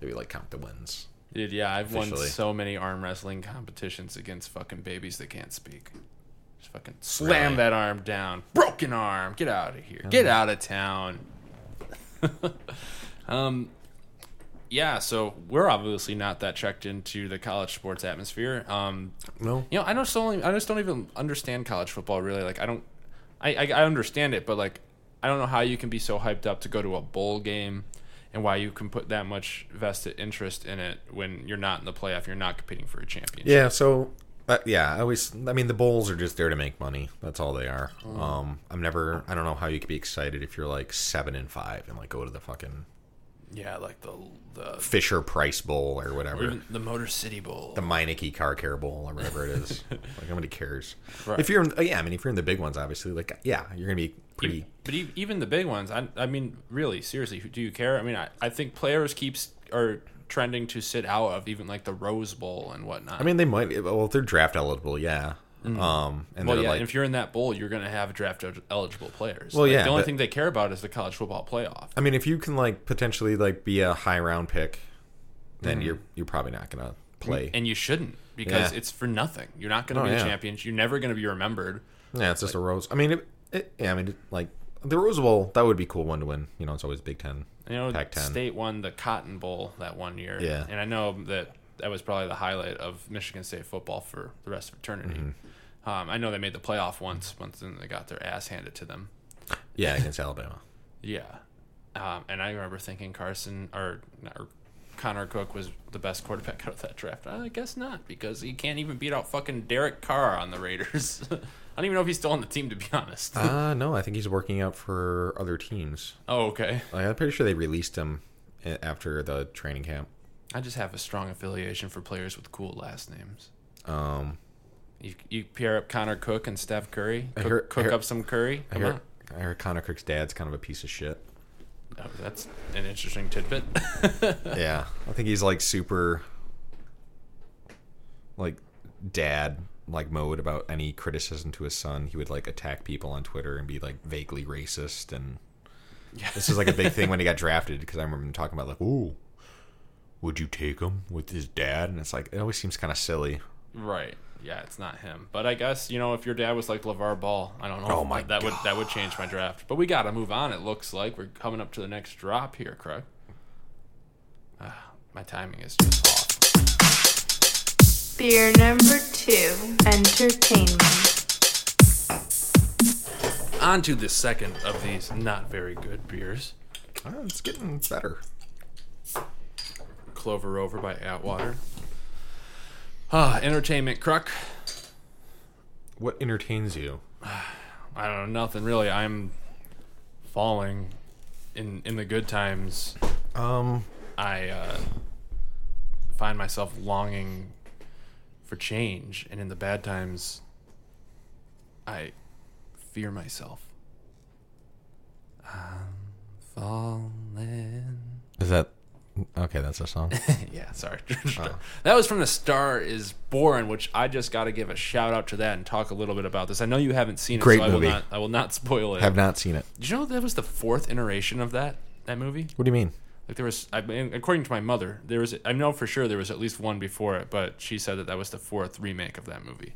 B: Maybe like count the wins.
A: Dude, yeah, I've won
B: Officially.
A: so many arm wrestling competitions against fucking babies that can't speak. Just fucking slam
B: Really? Oh.
A: that arm down. Broken arm. Get out of here. Get out of town. [laughs] um yeah, so we're obviously not that checked into the college sports atmosphere. Um
B: No,
A: you know, I just don't. I just don't even understand college football really. Like, I don't. I, I I understand it, but like, I don't know how you can be so hyped up to go to a bowl game, and why you can put that much vested interest in it when you're not in the playoff, you're not competing for a championship.
B: Yeah, so uh, yeah, I always I mean the bowls are just there to make money. That's all they are.
A: Mm.
B: Um I'm never I don't know how you could be excited if you're like 7 and 5 and like go to the fucking
A: Yeah, like the the
B: Fisher Price Bowl or whatever.
A: the Motor City Bowl.
B: the Meineke Car Care Bowl or whatever it
A: [laughs]
B: is. like nobody cares.
A: Right.
B: If you're in, yeah, I mean if you're in the big ones obviously like yeah, you're going to be pretty
A: But e- even the big ones, I, I mean, really, seriously, who- do you care? I mean, I, I think players keeps are trending to sit out of even like the Rose Bowl and whatnot.
B: I mean they might eh, well if they're draft eligible, yeah. Um
A: Mm.
B: and
A: Well,
B: they're
A: yeah.
B: like
A: and if you're in that bowl, you're going to have draft el- eligible players.
B: Well,
A: Like,
B: yeah,
A: The only
B: but-
A: thing they care about is the college football playoff.
B: I mean if you can like potentially like be a high round pick, then you're you're probably not going to play.
A: And Mm. you shouldn't because
B: Yeah.
A: it's for nothing. You're not going to
B: Oh,
A: be a
B: yeah.
A: champion. You're never going to be remembered.
B: Yeah, it's just a Rose. I mean, it, it, yeah, I mean, it, like the Rose Bowl, that would be cool one to win. You know, it's always Big Ten.
A: You know,
B: Pac-10.
A: State won the Cotton Bowl that one year.
B: Yeah.
A: And I know that that was probably the highlight of Michigan State football for the rest of eternity.
B: Mm-hmm.
A: Um, I know they made the playoff once, once then they got their ass handed to them.
B: Yeah, against Alabama.
A: Yeah. Um, and I remember thinking Carson or, or Connor Cook was the best quarterback [laughs] out of that draft. I guess not because he can't even beat out fucking Derek Carr on the Raiders. [laughs] I don't even know if he's still on the team to be honest.
B: Uh no, I think he's working out for other teams.
A: oh, okay.
B: Like, I'm pretty sure they released him a- after the training camp.
A: I just have a strong affiliation for players with cool last names.
B: Um,
A: You, you pair up Connor Cook and Steph Curry.
B: I
A: Cook,
B: hear- I
A: cook
B: hear-
A: up some Curry.
B: I
A: Come
B: heard,
A: on.
B: I heard Connor Cook's dad's kind of a piece of shit.
A: Oh, that's an interesting tidbit. [laughs]
B: yeah, I think he's like super, like dad like mode about any criticism to his son. He would like attack people on Twitter and be like vaguely racist and. This is like a big thing when he got drafted because I remember him talking about like, "Ooh, would you take him with his dad?" And it's like it always seems kind of silly.
A: right. yeah, it's not him. But I guess you know if your dad was like LeVar Ball, I don't know.
B: Oh, my
A: that would that would change my draft. But we got to move on. It looks like we're coming up to the next drop here, Craig. Ah, my timing is just off.
D: Beer number two, entertainment.
A: On to the second of these not very good beers,
B: Ah, it's getting better.
A: Clover Over by Atwater. Ah, entertainment crook.
C: What entertains you?
A: I don't know nothing really. I'm falling in in the good times.
B: Um,
A: I uh, find myself longing for change, and in the bad times, I fear myself. I'm falling.
B: is that okay? That's a song.
A: yeah, sorry. [laughs] That was from The Star Is Born, which I just got to give a shout out to that and talk a little bit about this. I know you haven't seen it,
B: Great
A: so
B: movie.
A: I will not. I will not spoil it.
B: Have not seen it.
A: Did you know that was the fourth iteration of that that movie?
B: What do you mean?
A: Like there was, I mean, according to my mother, there was. I know for sure there was at least one before it, but she said that that was the fourth remake of that movie.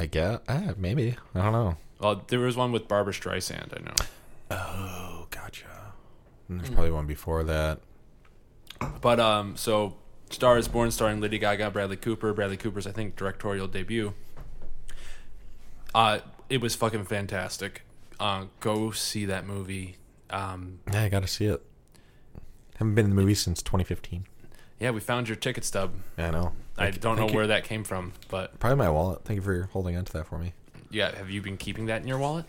B: I guess ah, maybe. I don't know.
A: Well, there was one with Barbara Streisand. I know.
B: Oh, gotcha. And There's probably one before that.
A: But um, so Star is Born, starring Lady Gaga, Bradley Cooper. Bradley Cooper's, I think, directorial debut. Uh, it was fucking fantastic. Uh, go see that movie. Um,
B: Yeah, I gotta see it. Haven't been in the movies since 2015.
A: yeah, we found your ticket stub.
B: I know.
A: I don't know
B: thank you.
A: where that came from, but
B: Probably my wallet. Thank you for holding on to that for me.
A: yeah, have you been keeping that in your wallet?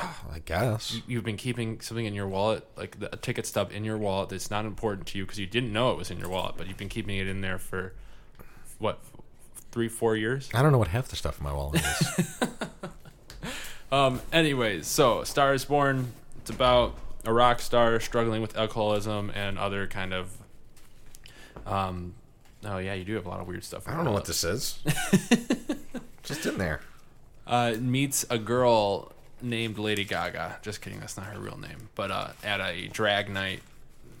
B: Oh, I guess.
A: you've been keeping something in your wallet, like the, a ticket stub in your wallet that's not important to you because you didn't know it was in your wallet, but you've been keeping it in there for what f- three, four years.
B: I don't know what half the stuff in my wallet is.
A: Um. Anyways, so Star is Born. It's about a rock star struggling with alcoholism and other kind of. Um. Oh yeah, you do have a lot of weird stuff. in
B: [laughs] I
A: your
B: don't know
A: wallet.
B: what this [laughs] is. Just in there.
A: uh, meets a girl named Lady Gaga. Just kidding, that's not her real name. But uh, at a drag night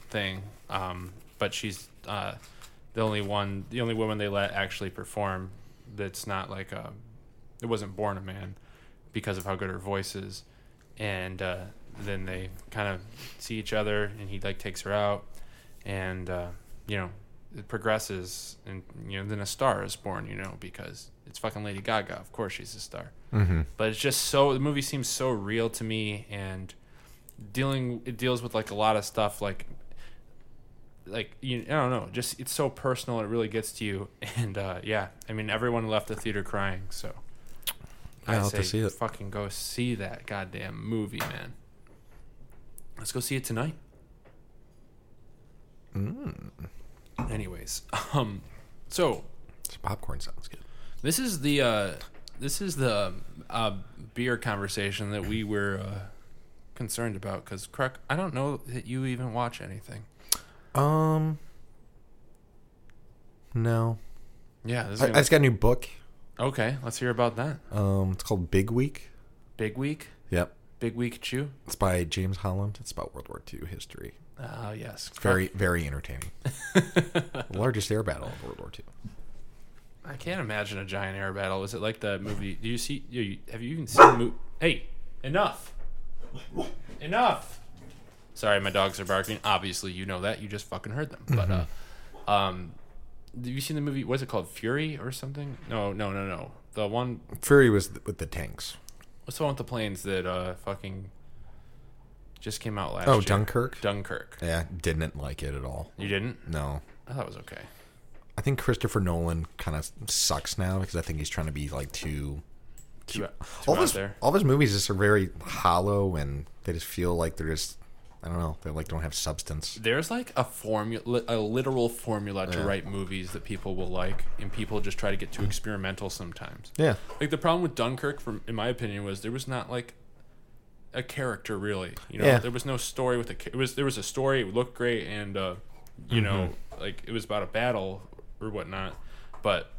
A: thing, um, but she's uh, the only one, the only woman they let actually perform. That's not like a, it wasn't born a man, because of how good her voice is, and uh, then they kind of see each other, and he like takes her out, and uh, you know. It progresses, and you know, then a star is born. You know, because it's fucking Lady Gaga. Of course, she's a star but it's just so the movie seems so real to me and dealing it deals with like a lot of stuff like like you I don't know just it's so personal it really gets to you [laughs] and uh yeah I mean everyone left the theater crying so
B: Yeah, I'll have to see it.
A: fucking go see that goddamn movie man let's go see it tonight
B: Mm.
A: anyways [laughs] um so
B: Some popcorn sounds good.
A: this is the uh, this is the uh, beer conversation that we were uh, concerned about because Cruck, I don't know that you even watch anything.
B: Um. No.
A: Yeah, this is
B: I, I
A: gonna-
B: just got a new book.
A: okay. Let's hear about that.
B: Um, it's called Big Week.
A: Big week,
B: Yep.
A: big week chew.
B: It's by James Holland. It's about World War II history.
A: Ah, yes, Kruk,
B: Very, very [laughs] entertaining. Largest air battle of World War II.
A: I can't imagine a giant air battle. Is it like the movie? Do you see? You, you- have you even seen? Mo- hey, enough, enough. Sorry, my dogs are barking. Obviously, you know that. You just fucking heard them. But
B: Mm-hmm.
A: uh, um, have you seen the movie? What's it called? Fury or something? No, no, no, no. The one.
B: Fury was th- with the tanks.
A: What's the one with the planes that uh fucking just came out last?
B: Oh,
A: year?
B: Dunkirk?
A: Dunkirk.
B: Yeah, didn't like it at all.
A: You didn't?
B: No.
A: I thought it was okay.
B: I think Christopher Nolan kind of sucks now because I think he's trying to be like too.
A: Too, too
B: All
A: out
B: his,
A: there.
B: all his movies just are very hollow and they just feel like they're just. I don't know. They like don't have substance.
A: There's like a formula, a literal formula to write movies that people will like, and people just try to get too experimental sometimes.
B: Yeah.
A: Like the problem with Dunkirk, from in my opinion, was there was not like a character really. You know,
B: Yeah.
A: there was no story with a. ca- It was there was a story. It looked great, and uh, you know, like it was about a battle or whatnot, but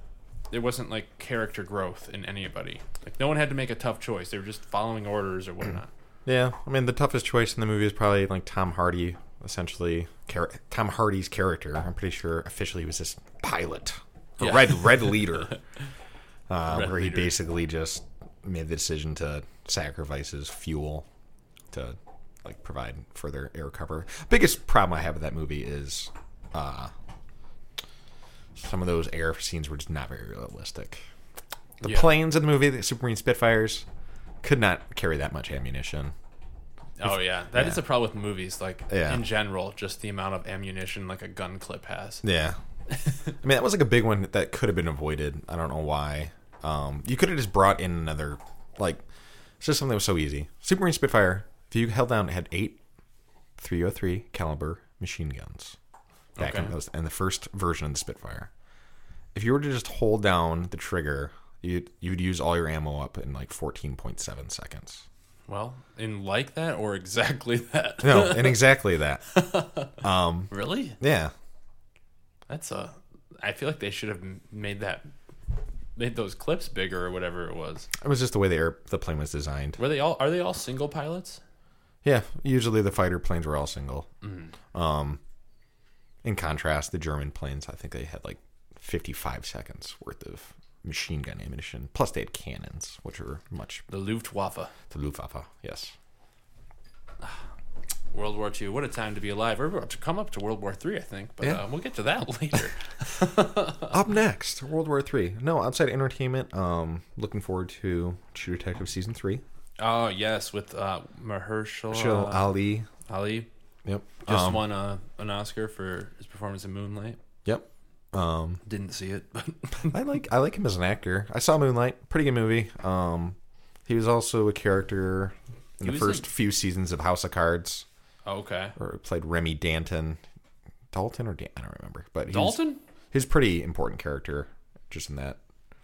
A: there wasn't like character growth in anybody. Like no one had to make a tough choice. They were just following orders or whatnot.
B: Yeah. I mean, the toughest choice in the movie is probably like Tom Hardy essentially char- Tom Hardy's character. I'm pretty sure officially he was this pilot, a
A: Yeah.
B: red
A: [laughs]
B: red leader, uh,
A: Red
B: where
A: leader.
B: he basically just made the decision to sacrifice his fuel to like provide further air cover. Biggest problem I have with that movie is uh, some of those air scenes were just not very realistic. The
A: Yeah.
B: planes in the movie, the Super Marine Spitfires, could not carry that much ammunition.
A: Oh yeah, that is
B: yeah.
A: a problem with movies. Like
B: Yeah.
A: in general, just the amount of ammunition like a gun clip has.
B: Yeah. I mean, that was like a big one that could have been avoided. I don't know why. Um, you could have just brought in another, like, it's just something that was so easy. Supermarine Spitfire, if you held down, it had eight 303 caliber machine guns. Back in
A: Okay.
B: those, and the first version of the Spitfire. If you were to just hold down the trigger, you'd, you'd use all your ammo up in like 14.7 seconds.
A: Well, in like that or exactly [laughs] that.
B: No, and exactly that.
A: really?
B: Yeah.
A: That's a. I feel like they should have m- made that, made those clips bigger or whatever it was.
B: It was just the way the, air, the plane was designed.
A: Were they all? Are they all single pilots?
B: Yeah, usually the fighter planes were all single. Um, in contrast, the German planes, I think they had like 55 seconds worth of machine gun ammunition. Plus, they had cannons, which were much
A: The Luftwaffe,
B: the Luftwaffe. Yes.
A: World War II. What a time to be alive. We're about to come up to World War III, I think, but
B: Yeah.
A: uh, we'll get to that [laughs] later.
B: Up next, World War Three. No, outside entertainment. Um, looking forward to True Detective season three.
A: oh yes, with uh, Mahershala
B: Show Ali.
A: Ali
B: Yep.
A: just
B: Um,
A: won uh, an Oscar for his performance in Moonlight.
B: Yep. Um,
A: Didn't see it, [laughs] but
B: I like I like him as an actor. I saw Moonlight, pretty good movie. Um, he was also a character
A: He
B: in the
A: was
B: first
A: in-
B: few seasons of House of Cards,
A: Oh, okay.
B: or played Remy Danton, Dalton or Dan- I don't remember, but he's,
A: Dalton.
B: he's a pretty important character just in that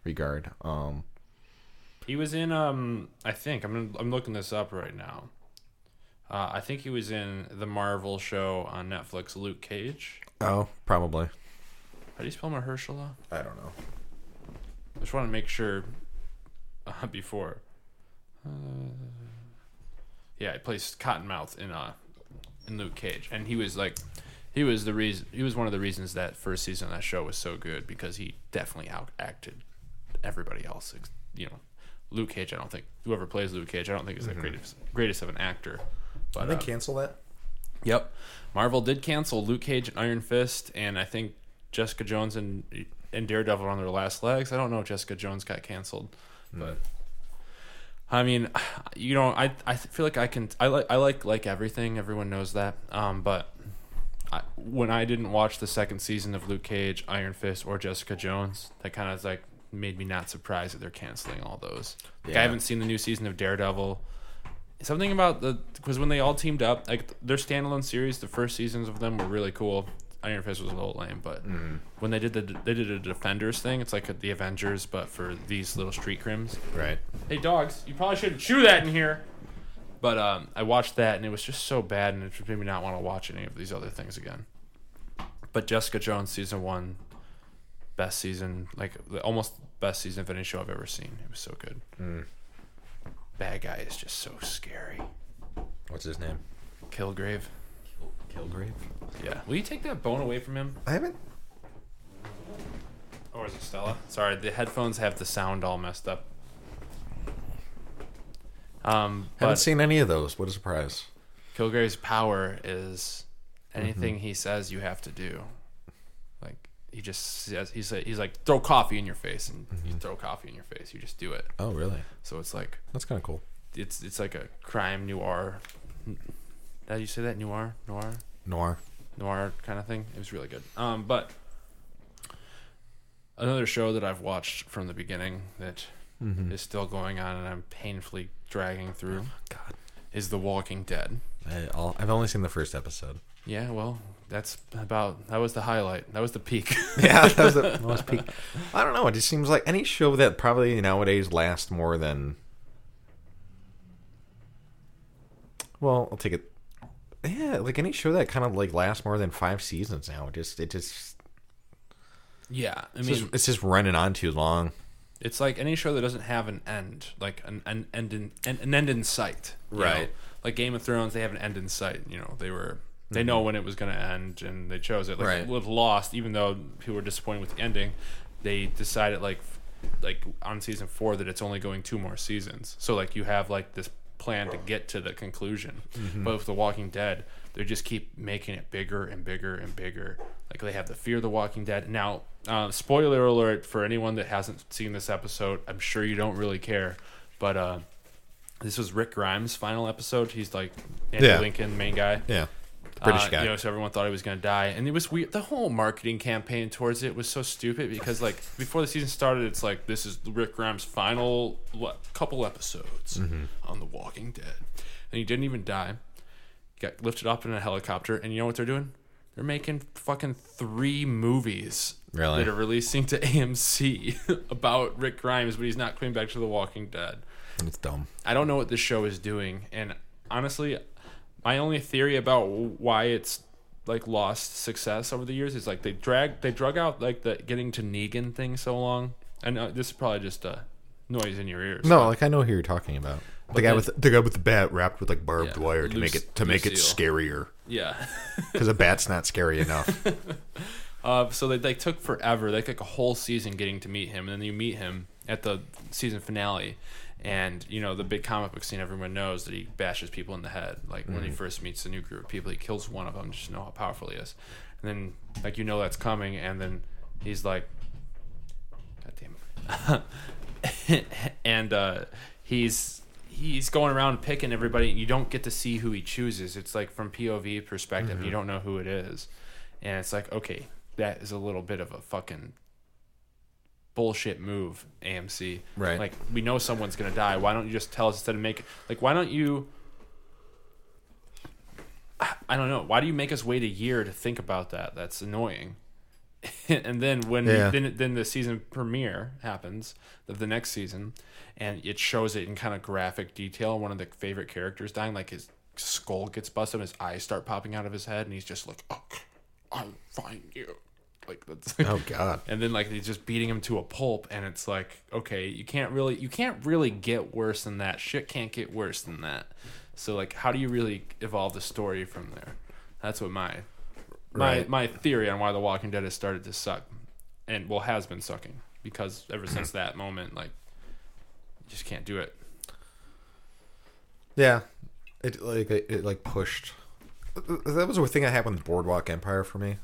B: regard. Um,
A: He was in um I think I'm I'm looking this up right now. Uh, I think he was in the Marvel show on Netflix, Luke Cage.
B: oh, probably.
A: How do you spell Mahershala?
B: I don't know.
A: I just want to make sure uh, [laughs] before. Uh, yeah, he plays Cottonmouth in uh in Luke Cage, and he was like, he was the reason. He was one of the reasons that first season of that show was so good because he definitely out acted everybody else. ex- You know, Luke Cage. I don't think whoever plays Luke Cage, I don't think is the greatest greatest of an actor. But uh,
B: cancel that.
A: Yep. Marvel did cancel Luke Cage and Iron Fist, and I think Jessica Jones and and Daredevil are on their last legs. I don't know if Jessica Jones got canceled, but I mean, [sighs] you know, I I feel like I can I like I like like everything. Everyone knows that. Um, but I, when I didn't watch the second season of Luke Cage, Iron Fist, or Jessica Jones, that kind of like made me not surprised that they're canceling all those. Like, I
B: Yeah.
A: haven't seen the new season of Daredevil. Something about the because when they all teamed up, like their standalone series, the first seasons of them were really cool. Iron Fist was a little lame, but when they did the they did a Defenders thing, it's like the Avengers, but for these little street crims.
B: Right.
A: Hey dogs, you probably shouldn't chew that in here. But um, I watched that and it was just so bad, and it just made me not want to watch any of these other things again. But Jessica Jones season one, best season, like the almost best season of any show I've ever seen. It was so good. Bad guy is just so scary.
B: What's his name?
A: Kilgrave.
B: Kilgrave.
A: Yeah. Will you take that bone away from him?
B: I haven't.
A: Or Oh, is it Stella? Sorry, the headphones have the sound all messed up. Um,
B: haven't
A: but-
B: seen any of those. What a surprise!
A: Kilgrave's power is anything he says you have to do. Like he just says he's like, he's like throw coffee in your face and you throw coffee in your face. You just do it.
B: Oh, really?
A: So it's like
B: That's kind of cool.
A: it's it's like a crime noir. How do you say that noir noir
B: Noir.
A: noir kind of thing? It was really good. Um, but another show that I've watched from the beginning that is still going on and I'm painfully dragging through
B: God.
A: is The Walking Dead.
B: I, I'll, I've only seen the first episode.
A: Yeah, well, that's about that was the highlight. That was the peak. [laughs]
B: [laughs] yeah, that was the most peak. I don't know. It just seems like any show that probably nowadays lasts more than. Well, I'll take it. Yeah, like any show that kind of like lasts more than five seasons now. It just it just
A: yeah, I
B: it's,
A: mean,
B: just it's just running on too long.
A: it's like any show that doesn't have an end, like an an end in an, an end in sight, you know?
B: Right.
A: Like Game of Thrones, they have an end in sight. You know, they were They know when it was going to end, and they chose it. Like
B: Right.
A: with Lost, even though people were disappointed with the ending, they decided like like on season four that it's only going two more seasons. So like you have like this plan to get to the conclusion. But with The Walking Dead, they just keep making it bigger and bigger and bigger. Like they have the Fear of the Walking Dead. Now, uh, spoiler alert for anyone that hasn't seen this episode. I'm sure you don't really care, but. Uh, this was Rick Grimes' final episode. He's like Andrew
B: Yeah.
A: Lincoln, main guy.
B: Yeah. The British
A: Uh,
B: guy.
A: You know, so everyone thought he was going to die, and it was weird. The whole marketing campaign towards it was so stupid because, like, before the season started, it's like this is Rick Grimes' final le- couple episodes
B: Mm-hmm.
A: on The Walking Dead, and he didn't even die. He got lifted up in a helicopter, and you know what they're doing? They're making fucking three movies
B: Really?
A: that are releasing to [laughs] AMC about Rick Grimes, but he's not coming back to The Walking Dead.
B: It's dumb.
A: I don't know what this show is doing, and honestly, my only theory about why it's like lost success over the years is like they drag they drug out like the getting to Negan thing so long. I know this is probably just a noise in your ears.
B: No, like I know who you're talking about.
A: But
B: the guy
A: then-
B: with the guy with the bat wrapped with like barbed
A: Yeah,
B: wire to make
A: loose-
B: it to make it
A: loose seal.
B: scarier
A: Yeah. [laughs]
B: because a bat's not scary enough.
A: Uh, so they like took forever, like like a whole season getting to meet him, and then you meet him at the season finale, and you know the big comic book scene. Everyone knows that he bashes people in the head. Like when he first meets a new group of people, he kills one of them just to know how powerful he is. And then like you know that's coming, and then he's like, God damn it. [laughs] and uh, he's he's going around picking everybody. You don't get to see who he chooses. It's like from POV perspective,
B: Mm-hmm.
A: you don't know who it is, and it's like okay, that is a little bit of a fucking bullshit move, AMC.
B: Right.
A: Like we know someone's gonna die. Why don't you just tell us instead of make like why don't you I don't know. Why do you make us wait a year to think about that? That's annoying. [laughs] and then when
B: Yeah.
A: then then the season premiere happens of the next season, and it shows it in kind of graphic detail. One of the favorite characters dying, like his skull gets busted, and his eyes start popping out of his head, and he's just like, "Oh, I'll find you." Like that's [laughs]
B: oh God.
A: and then like he's just beating him to a pulp and it's like okay you can't really you can't really get worse than that shit can't get worse than that so like how do you really evolve the story from there that's what my my
B: Right.
A: my theory on why the walking dead has started to suck and well has been sucking because ever
B: [clears throat]
A: since that moment like you just can't do it
B: Yeah, it like it, it like pushed. That was a thing that happened with Boardwalk Empire for me.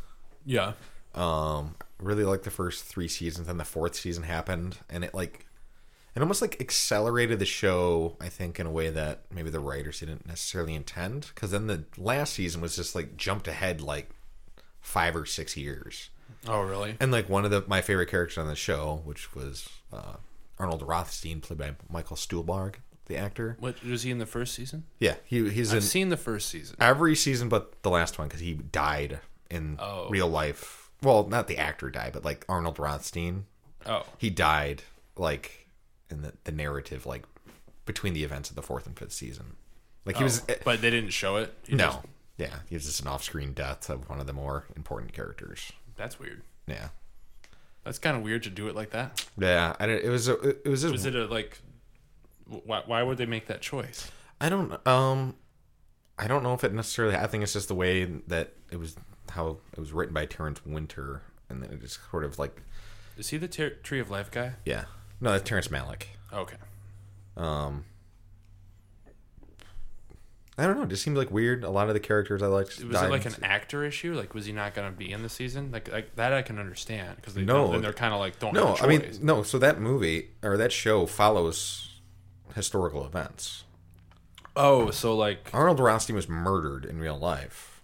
A: yeah
B: Um, really like the first three seasons, then the fourth season happened, and it like it almost like accelerated the show. I think in a way that maybe the writers didn't necessarily intend, because then the last season was just like jumped ahead like five or six years.
A: oh really
B: And like one of the my favorite characters on the show, which was uh, Arnold Rothstein, played by Michael Stuhlbarg, the actor.
A: what was he in the first season
B: Yeah, he he's in
A: i've seen the first season
B: every season but the last one because he died in
A: Oh.
B: real life. Well, not the actor died, but like Arnold Rothstein,
A: oh
B: he died like in the, the narrative, like between the events of the fourth and fifth season. Like he was
A: Oh,
B: eh,
A: but they didn't show it You
B: no,
A: just-
B: yeah, he was just an off-screen death of one of the more important characters.
A: that's weird
B: Yeah,
A: that's kind of weird to do it like that
B: yeah, I don't, it was a, it was just
A: Was it a like? wh- Why, why would they make that choice?
B: I don't um I don't know if it necessarily I think it's just the way that it was how it was written by Terrence Winter and then it just sort of like
A: Is he the ter- Tree of Life guy?
B: yeah. No, that's Terrence Malick. Um,
A: Okay.
B: I don't know, it just seemed like weird. A lot of the characters I liked
A: Was
B: died.
A: it like an actor issue? Like, was he not going to be in the season? Like, like that I can understand because they
B: No.
A: no, then they're kind of like don't.
B: No,
A: have a
B: I mean
A: choice.
B: no, so that movie or that show follows historical events.
A: oh, so like
B: Arnold Rothstein was murdered in real life.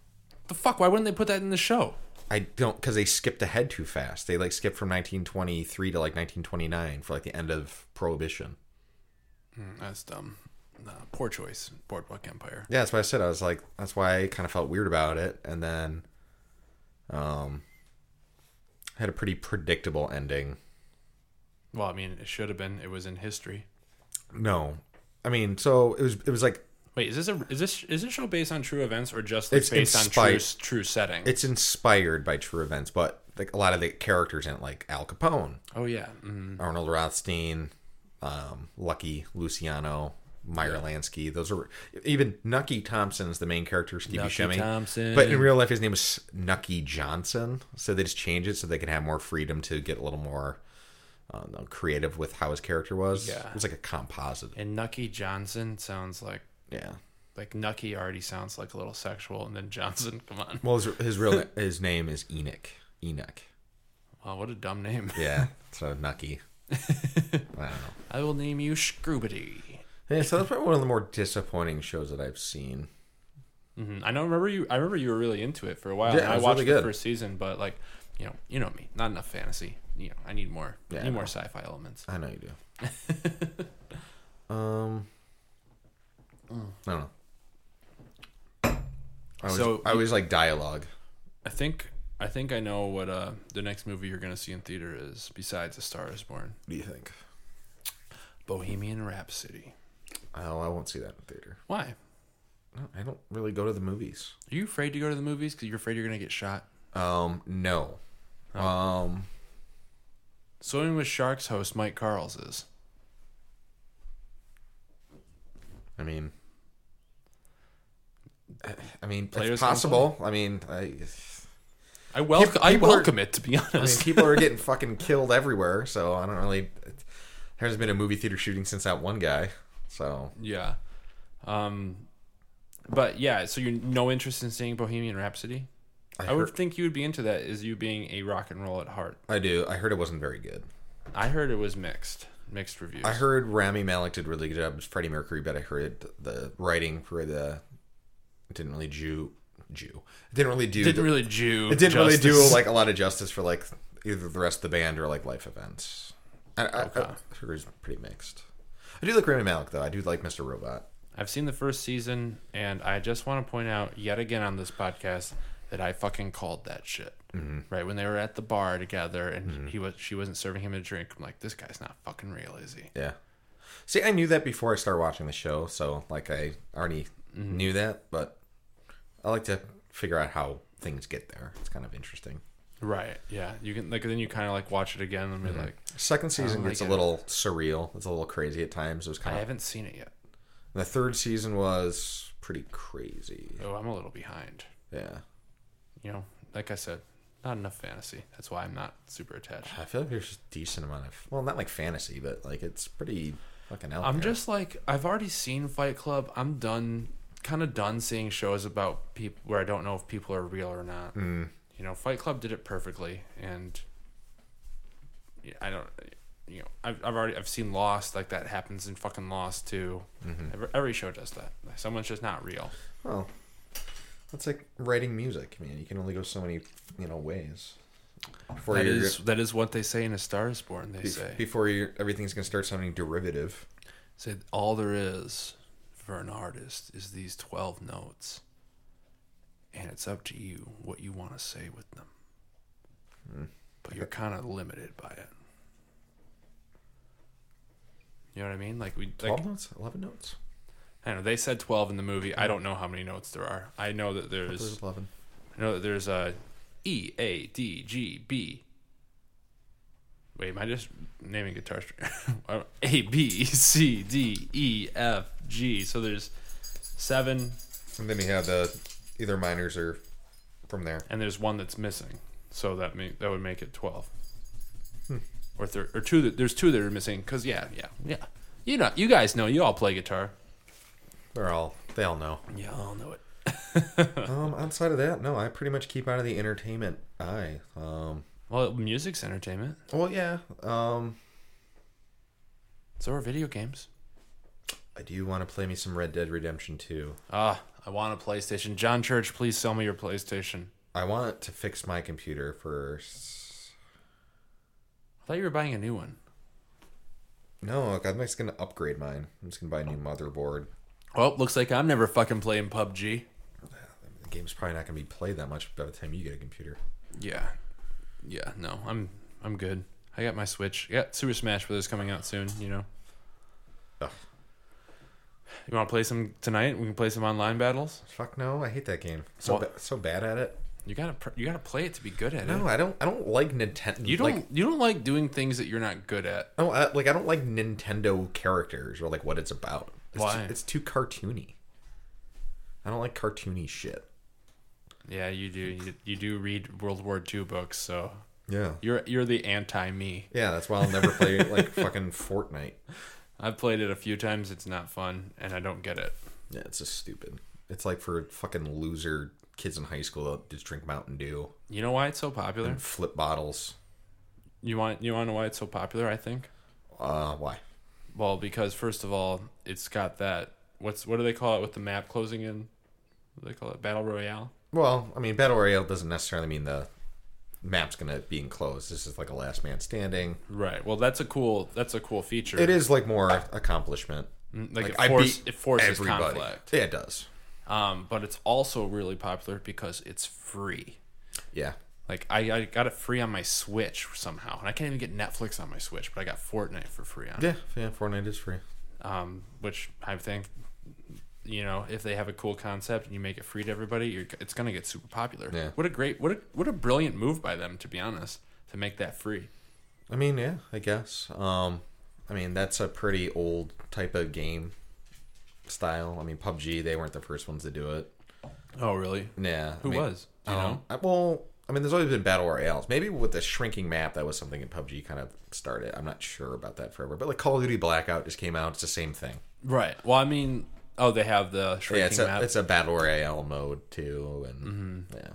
A: the fuck? Why wouldn't they put that in the show?
B: I don't because they skipped ahead too fast. They like skipped from 1923 to like 1929 for like the end of Prohibition.
A: Hmm, That's dumb. Nah, poor choice. Boardwalk Empire.
B: Yeah, that's what I said. I was like, that's why I kind of felt weird about it, and then, um, had a pretty predictable ending.
A: Well, I mean, it should have been. It was in history.
B: No, I mean, so it was. It was like
A: Wait, is this a is this is this show based on true events or just like,
B: It's
A: based on
B: inspired-
A: true s- true setting?
B: it's inspired by true events, but like a lot of the characters in it, like Al Capone, Mm-hmm.
A: oh yeah. Mm.
B: Arnold Rothstein, um, Lucky Luciano, Meyer Lansky. Those are even Nucky Thompson is the main character, Stevie
A: Nucky
B: Shemmy.
A: Thompson.
B: But in real life, his name is Nucky Johnson. So they just changed it so they could have more freedom to get a little more I don't know, creative with how his character was.
A: Yeah.
B: It was like a composite.
A: And Nucky Johnson sounds like
B: Yeah.
A: like Nucky already sounds like a little sexual, and then Johnson, come on,
B: Well, his, his [laughs] real his name is Enoch. Enoch.
A: wow, what a dumb name.
B: Yeah. So [laughs] Nucky. I don't know.
A: I will name you Scroobity.
B: Yeah, so that's probably one of the more disappointing shows that I've seen.
A: Mhm. I know. Remember you? I remember you were really into it for a while.
B: Yeah,
A: and
B: it
A: I
B: was
A: watched
B: really
A: the
B: good.
A: first season, but like, you know, you know me, not enough fantasy. You know, I need more.
B: Yeah, I
A: need more
B: know.
A: sci-fi elements.
B: I know you do. [laughs] um, I don't know. I was,
A: So
B: I was like dialogue.
A: I think I think I know what uh, the next movie you're gonna see in theater is besides A Star Is Born,
B: What do you think?
A: Bohemian Rhapsody.
B: Oh, I won't see that in theater.
A: Why?
B: No, I don't really go to the movies.
A: Are you afraid to go to the movies because you're afraid you're gonna get shot?
B: Um, no.
A: Oh.
B: Um,
A: Swimming with Sharks host Mike Carls is.
B: I mean, I- I mean,
A: Players
B: it's possible. I mean, I,
A: I welcome. I
B: people are-
A: welcome it to be honest.
B: I mean,
A: [laughs]
B: people are getting fucking killed everywhere, so I don't really. There hasn't been a movie theater shooting since that one guy. So
A: yeah. Um, but yeah, so you're no interest in seeing Bohemian Rhapsody. I, would
B: heard-
A: think you would be into that, as you being a rock and roll at heart.
B: I do. I heard it wasn't very good.
A: I heard it was mixed, mixed reviews.
B: I heard Rami Malek did really good job as Freddie Mercury, but I heard th- the writing for the it didn't really Jew Jew it didn't really do
A: didn't
B: the-
A: really Jew.
B: it didn't really do
A: justice.
B: like a lot of justice for like either the rest of the band or like life events. I, I, I heard it was pretty mixed. I do like Rami Malek though. I do like Mr. Robot.
A: I've seen the first season, and I just want to point out yet again on this podcast that I fucking called that shit.
B: Mm-hmm.
A: Right when they were at the bar together, and he was she wasn't serving him a drink. I'm like, this guy's not fucking real, is he?
B: Yeah. See, I knew that before I started watching the show, so like I already
A: Mm-hmm.
B: knew that, but I like to figure out how things get there. It's kind of interesting.
A: Right. Yeah. You can like then you kind of like watch it again and be
B: Mm-hmm.
A: like,
B: Second season
A: like
B: gets
A: it.
B: a little surreal. It's a little crazy at times. It was
A: I
B: kind of
A: haven't seen it yet.
B: the third season was pretty crazy.
A: Oh, I'm a little behind.
B: Yeah.
A: You know, like I said, not enough fantasy. That's why I'm not super attached.
B: I feel like there's a decent amount of well, not like fantasy, but like it's pretty fucking out
A: I'm
B: there.
A: just like I've already seen Fight Club. I'm done, kind of done seeing shows about people where I don't know if people are real or not.
B: Hmm.
A: Mm. You know, Fight Club did it perfectly, and yeah, I don't. You know, I've, I've already I've seen Lost like that happens in fucking Lost too.
B: Mm-hmm.
A: Every, every show does that. Like, someone's just not real.
B: well, that's like writing music, man. You can only go so many you know ways. Before
A: That
B: you're-
A: is that is what they say in A Star Is Born. They
B: Be-
A: say
B: before you everything's gonna start sounding derivative.
A: say all there is for an artist is these twelve notes, and it's up to you what you want to say with them. But you're kind of limited by it. You know what I mean? Like we like
B: Twelve notes, eleven notes.
A: I don't know. They said twelve in the movie. I don't know how many notes there are. I know that there's
B: There's eleven.
A: I know that there's a E A D G B. Wait, am I just naming guitar [laughs] string? a B C D E F G. So there's seven,
B: And then you have the either minors or from there.
A: and there's one that's missing. So that may, that would make it twelve. Or thir- or two. That, there's two that are missing. Cause yeah, yeah, yeah. You know, you guys know. You all play guitar.
B: They're all they
A: [laughs]
B: all know.
A: Yeah, I all know it.
B: Um, outside of that, no, I pretty much keep out of the entertainment eye. Um,
A: Well, music's entertainment.
B: well, yeah. Um,
A: So are video games.
B: I do want to play me some Red Dead Redemption 2.
A: Ah, I want a PlayStation. John Church, please sell me your PlayStation.
B: I want to fix my computer first.
A: I thought you were buying a new one.
B: No, look, I'm just gonna upgrade mine. I'm just gonna buy a new motherboard.
A: Well, looks like I'm never fucking playing PUBG.
B: The game's probably not gonna be played that much by the time you get a computer.
A: Yeah. Yeah, no. I'm I'm good. I got my Switch. I got Super Smash Brothers coming out soon, you know.
B: Ugh.
A: You want to play some tonight? We can play some online battles.
B: Fuck no, I hate that game. So
A: Well-
B: ba- so bad at it.
A: You got to pr- you got to play it to be good at
B: No,
A: it.
B: I don't. I don't like Nintendo.
A: You don't
B: Like,
A: you don't like doing things that you're not good at.
B: no, I, like I don't like Nintendo characters or like what it's about. It's
A: Why?
B: Too, it's too cartoony. I don't like cartoony shit.
A: Yeah, you do. You, you do read World War II books, so
B: Yeah.
A: you're you're the anti me.
B: Yeah, that's why I'll never play like [laughs] fucking Fortnite.
A: I've played it a few times. It's not fun, and I don't get it.
B: Yeah, it's just stupid. It's like for fucking loser kids in high school that just drink Mountain Dew
A: You know why it's so popular?
B: and flip bottles.
A: You want you want to know why it's so popular? I think.
B: Uh, why?
A: Well, because first of all, it's got that. What's what do they call it with the map closing in? What do they call it battle royale.
B: Well, I mean, battle royale doesn't necessarily mean the map's gonna be enclosed. This is like a last man standing.
A: Right. Well, that's a cool that's a cool feature. Mm,
B: It is like more accomplishment.
A: like,
B: I
A: it, force,
B: beat
A: it forces
B: everybody.
A: conflict.
B: Yeah, it does.
A: Um, but it's also really popular because it's free.
B: Yeah,
A: Like I, I got it free on my Switch somehow, and I can't even get Netflix on my Switch, but I got Fortnite for free on it.
B: yeah, yeah. Fortnite is free.
A: Um, which I think, you know, if they have a cool concept and you make it free to everybody, you're, it's gonna get super popular.
B: Yeah.
A: What a great, what a what a brilliant move by them, to be honest, to make that free.
B: I mean, yeah, I guess. Um, I mean, that's a pretty old type of game style. I mean, PUBG, they weren't the first ones to do it.
A: Oh really?
B: Yeah. I
A: Who
B: mean,
A: was? Do you
B: um,
A: know?
B: I- well, I mean, there's always been battle royales. Maybe with the shrinking map, that was something in PUBG kind of started. I'm not sure about that forever. But like Call of Duty Blackout just came out. It's the same thing.
A: Right. Well, I mean, oh, they have the shrinking
B: Yeah, it's a,
A: map.
B: it's a battle royale mode too, and yeah,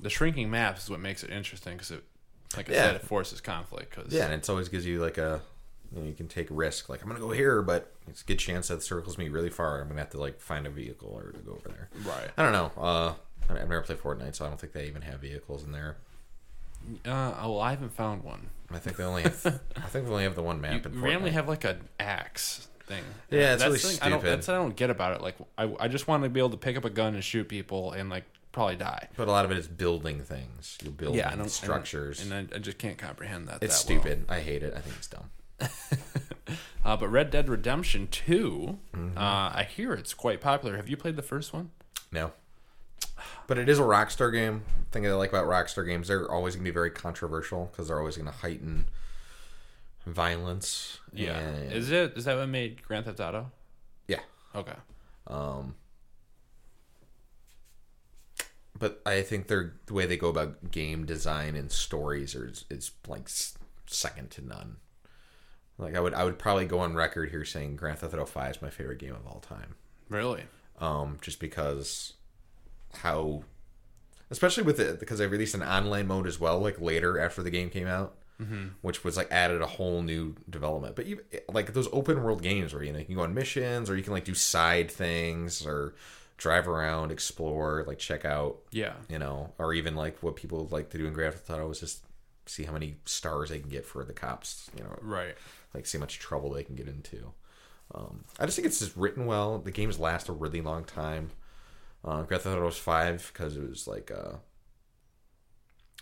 A: the shrinking maps is what makes it interesting because it, like I
B: Yeah.
A: said, it forces conflict. Cause
B: yeah, and it's always gives you like a you, know, you can take risk. Like I'm gonna go here, but it's a good chance that circles me really far. I'm gonna have to like find a vehicle or to go over there.
A: Right.
B: I don't know. Uh, I mean, I've never played Fortnite, so I don't think they even have vehicles in there.
A: Uh, oh, well, I haven't found one.
B: I think they only [laughs] have. I think they only have the one map. in
A: We randomly
B: Fortnite.
A: have like an axe thing.
B: Yeah, it's
A: that's
B: really
A: the thing I don't,
B: stupid.
A: that's what I don't get about it. Like, I, I just want to be able to pick up a gun and shoot people and like probably die.
B: But a lot of it is building things. You're building
A: I don't-
B: structures.
A: and, and I, I just can't comprehend that.
B: it's
A: that well.
B: stupid. I hate it. I think it's dumb.
A: Uh, but Red Dead Redemption 2
B: Mm-hmm.
A: uh, I hear it's quite popular. Have you played the first one?
B: No. But it is a Rockstar game. Thing I like about Rockstar games, they're always going to be very controversial because they're always going to heighten violence. and-
A: Is it? Is that what made Grand Theft Auto?
B: yeah.
A: Okay.
B: But I think they're, the way they go about game design and stories are it's like s- second to none. Like I would, I would probably go on record here saying Grand Theft Auto Five is my favorite game of all time.
A: Really?
B: um, just because how, especially with it because they released an online mode as well, like later after the game came out, which was like added a whole new development. But even like those open world games where you know you can go on missions or you can like do side things or drive around, explore, like check out,
A: Yeah.
B: you know, or even like what people like to do in Grand Theft Auto is just see how many stars they can get for the cops, you know,
A: Right.
B: like see how much trouble they can get into. Um, I just think it's just written well. The games last a really long time. Uh, Grand Theft Auto was five because it was like uh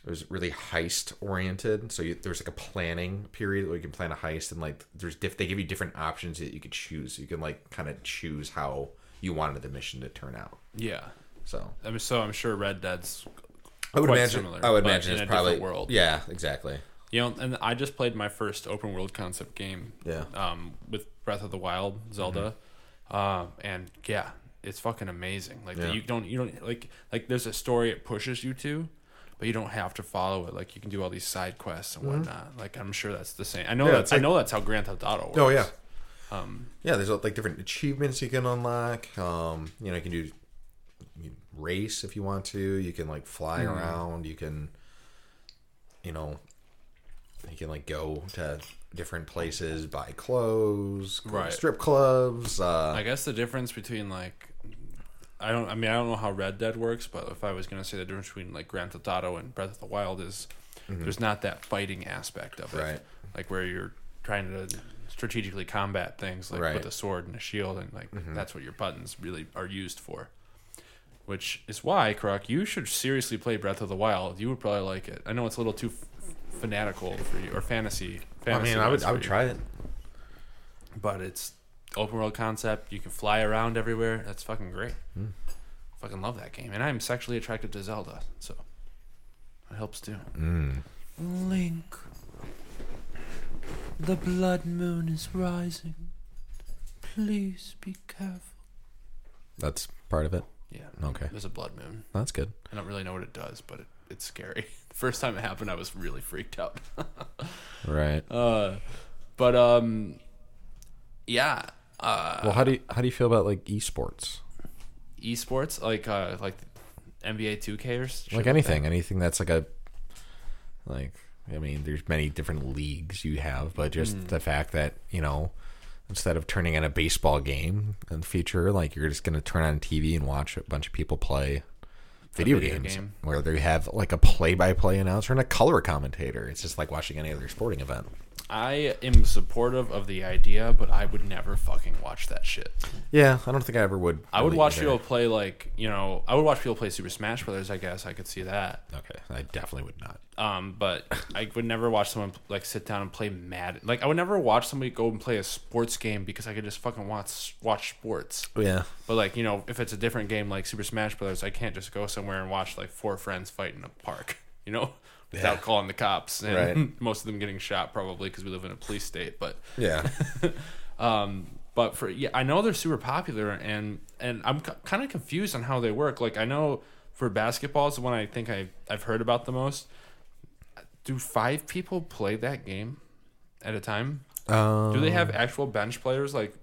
B: it was really heist oriented. So you, there was like a planning period where you can plan a heist and like there's diff- they give you different options that you could choose. You can like kind of choose how you wanted the mission to turn out.
A: Yeah.
B: So
A: I mean, so I'm sure Red Dead's
B: I would
A: Quite
B: imagine
A: similar,
B: I would
A: but
B: imagine
A: in
B: it's
A: a different
B: probably
A: world.
B: yeah exactly
A: You know, and I just played my first open world concept game.
B: Yeah.
A: Um, with Breath of the Wild, Zelda, um, and yeah, it's fucking amazing. Like
B: Mm-hmm. Yeah.
A: you don't, you don't like like there's a story it pushes you to, but you don't have to follow it. Like you can do all these side quests and whatnot. Like I'm sure that's the same. I know
B: Mm-hmm. Yeah,
A: that's
B: it's like-
A: I know that's how Grand Theft Auto works.
B: Oh yeah.
A: Um,
B: yeah, there's like different achievements you can unlock. Um, you know, you can do you can race if you want to. You can like fly around. You can, you know, you can like go to different places, buy clothes, go to
A: Right.
B: strip clubs. Uh,
A: I guess the difference between like I don't I mean I don't know how Red Dead works, but if I was gonna say the difference between like Grand Theft Auto and Breath of the Wild is there's not that fighting aspect of it.
B: Mm-hmm. Right.
A: Like where you're trying to strategically combat things like
B: Right. Mm-hmm.
A: with a sword and a shield and like that's what your buttons really are used for. Which is why, Croc, you should seriously play Breath of the Wild. You would probably like it. I know it's a little too f- fanatical for you or fantasy.
B: I mean, I
A: fantasy-wise
B: would, I would
A: for you
B: try it.
A: but it's open world concept. You can fly around everywhere. That's fucking great. Fucking love that game. And I'm sexually attracted to Zelda, so it helps too.
E: Link. The blood moon is rising.
A: Please be careful.
B: That's part of it.
A: Yeah.
B: Okay.
A: There's a blood moon.
B: That's good.
A: I don't really know what it does, but it, it's scary. [laughs] The first time it happened, I was really freaked out. [laughs]
B: Right.
A: uh, but um, yeah. Uh,
B: well, how do you how do you feel about like esports?
A: esports like uh like NBA 2K or shit
B: like anything, anything that's like a like I mean, there's many different leagues you have, but just
A: Hmm.
B: the fact that you know instead of turning on a baseball game in the future, like you're just gonna turn on TV and watch a bunch of people play video,
A: video
B: games
A: game.
B: where they have like a play-by-play announcer and a color commentator. It's just like watching any other sporting event.
A: I am supportive of the idea, but I would never fucking watch that shit.
B: Yeah, I don't think I ever would.
A: I would
B: really
A: watch
B: either.
A: people play like you know, I would watch people play Super Smash Brothers. I guess I could see that,
B: Okay, I definitely would not.
A: um,
B: [laughs]
A: but I would never watch someone like sit down and play Madden. Like I would never watch somebody go and play a sports game because I could just fucking watch watch sports.
B: [laughs] Yeah,
A: But like you know, if it's a different game like Super Smash Brothers, I can't just go somewhere and watch like four friends fight in a park, [laughs] you know, without calling the cops and [laughs]
B: Right.
A: most of them getting shot probably because we live in a police state. But
B: yeah.
A: um, but for yeah, I know they're super popular and and I'm c- kind of confused on how they work. Like I know for basketball is the one I think I I've heard about the most. Do five people play that game at a time?
B: um,
A: Do they have actual bench players like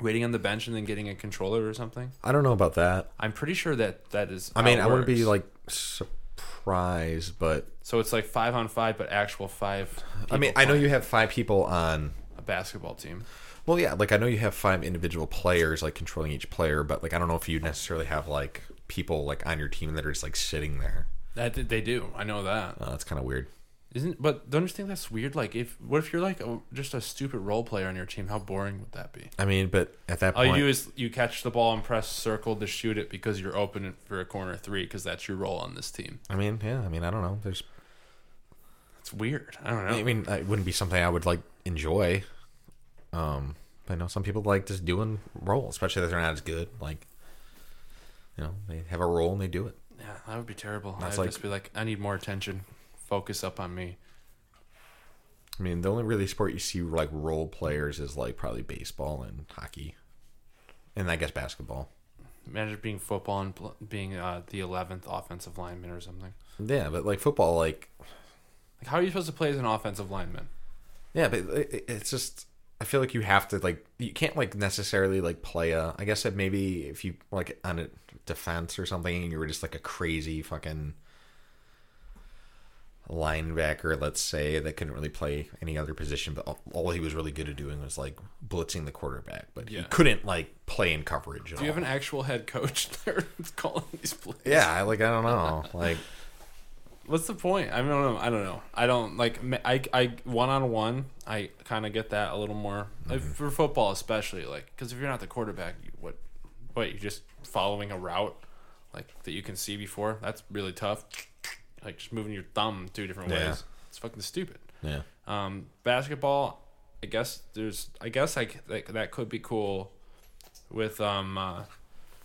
A: waiting on the bench and then getting a controller or something?
B: I don't know about that.
A: I'm pretty sure that that is.
B: I mean,
A: how
B: I
A: it
B: wouldn't be
A: works.
B: like surprised, but
A: So it's like five on five, but actual five.
B: I mean,
A: people
B: I know
A: playing
B: you have five people on.
A: a basketball team.
B: Well, yeah, like I know you have five individual players, like controlling each player, but like I don't know if you necessarily have like people like on your team that are just like sitting there.
A: That they do. I know that.
B: Uh, that's kind of weird.
A: Isn't but don't you think that's weird? Like if what if you're like a, just a stupid role player on your team? How boring would that be?
B: I mean, but at that
A: All
B: point,
A: you do is you catch the ball and press circle to shoot it because you're open for a corner three because that's your role on this team.
B: I mean, yeah, I mean, I don't know. There's,
A: It's weird. I don't know.
B: I mean, it wouldn't be something I would like enjoy. Um, I know some people like just doing role, especially if they're not as good. Like, you know, they have a role and they do it.
A: yeah, that would be terrible. I'd
B: That's like-
A: just be like, I need more attention. Focus up on me.
B: I mean, the only really sport you see like role players is like probably baseball and hockey, and I guess basketball.
A: Imagine being football and pl- being uh, the eleventh offensive lineman or something.
B: Yeah, but like football, like
A: Like, how are you supposed to play as an offensive lineman?
B: yeah, but it, it- it's just I feel like you have to like you can't like necessarily like play a. I guess that maybe if you like on a defense or something, and you were just like a crazy fucking linebacker, let's say that couldn't really play any other position, but all, all he was really good at doing was like blitzing the quarterback, but he
A: Yeah.
B: couldn't like play in coverage. At
A: Do you
B: all.
A: have an actual head coach [laughs] there that's calling these plays?
B: Yeah, I- like I don't know. Like
A: What's the point? I don't know. I don't know. I don't like. ma- I I one on one. I kind of get that a little more Like, for football, especially like because if you're not the quarterback, you, what what you're just following a route like that you can see before. That's really tough. Like just moving your thumb two different
B: Yeah.
A: ways. It's fucking stupid.
B: [laughs] Yeah.
A: Um, basketball, I guess there's, I guess like that, that could be cool with um, uh,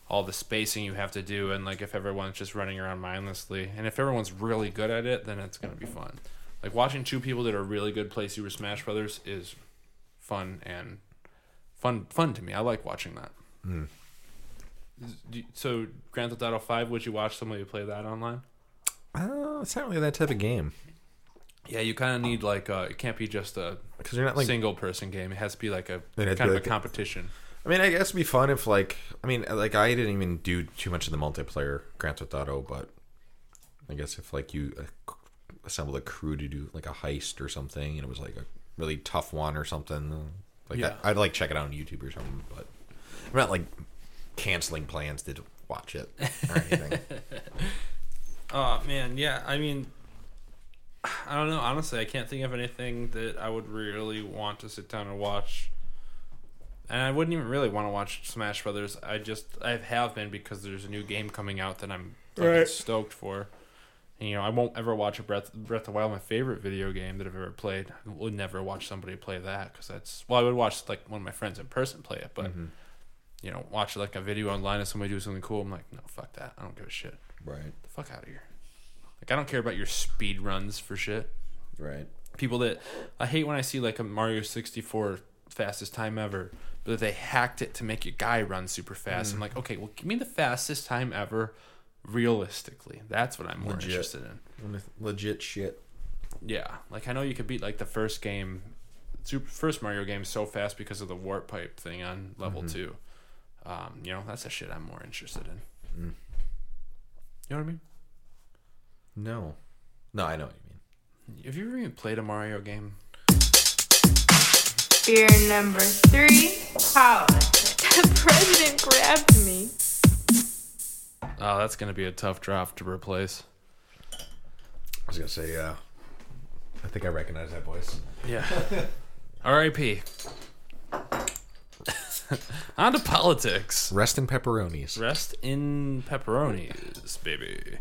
A: all the spacing you have to do, and like if everyone's just running around mindlessly, and if everyone's really good at it, then it's gonna be fun. Like watching two people that are really good play Super Smash Brothers is fun and fun fun to me. I like watching that. Is- do you- So Grand Theft Auto Five, would you watch somebody play that online?
B: Oh, it's not really that type of game
A: Yeah, you kind of need like uh, it can't be just a
B: because you're not like.
A: single person game. It has to be like a
B: It
A: kind
B: has to
A: of
B: be
A: a
B: like a-
A: competition.
B: I mean, I guess it'd be fun if like I mean, like I didn't even do too much of the multiplayer Grand Theft Auto, but I guess if like you uh, assembled a crew to do like a heist or something, and it was like a really tough one or something, uh, like
A: Yeah.
B: I, would like check it out on YouTube or something. But I'm not like canceling plans to watch it or anything.
A: Oh man, yeah. I mean, I don't know. Honestly, I can't think of anything that I would really want to sit down and watch. And I wouldn't even really want to watch Smash Brothers. I just I have been because there's a new game coming out that I'm fucking stoked for. And, you know, I won't ever watch a Breath Breath of the Wild, my favorite video game that I've ever played. I would never watch somebody play that because that's well, I would watch like one of my friends in person play it, but you know, watch like a video online of somebody do something cool. I'm like, no, fuck that. I don't give a shit
B: [laughs] right.
A: the fuck out of here. Like I don't care about your speed runs for shit.
B: Right.
A: People that I hate when I see like a Mario 64 fastest time ever, but they hacked it to make your guy run super fast. I'm like, okay, well, give me the fastest time ever, realistically. That's what I'm more
B: Legit.
A: interested in.
B: Legit shit.
A: Yeah, like I know you could beat like the first game, super, first Mario game so fast because of the warp pipe thing on level two. Um, you know, that's the shit I'm more interested in. You know what I mean?
B: No. No, I know what you mean.
A: Have you ever even played a Mario game?
D: Fear number three, politics. [laughs] The president grabbed me.
A: Oh, that's gonna be a tough drop to replace.
B: I was gonna say, yeah. I think I recognize that voice.
A: Yeah. R.I.P. [laughs] On to politics.
B: Rest in pepperonis.
A: Rest in pepperonis, baby.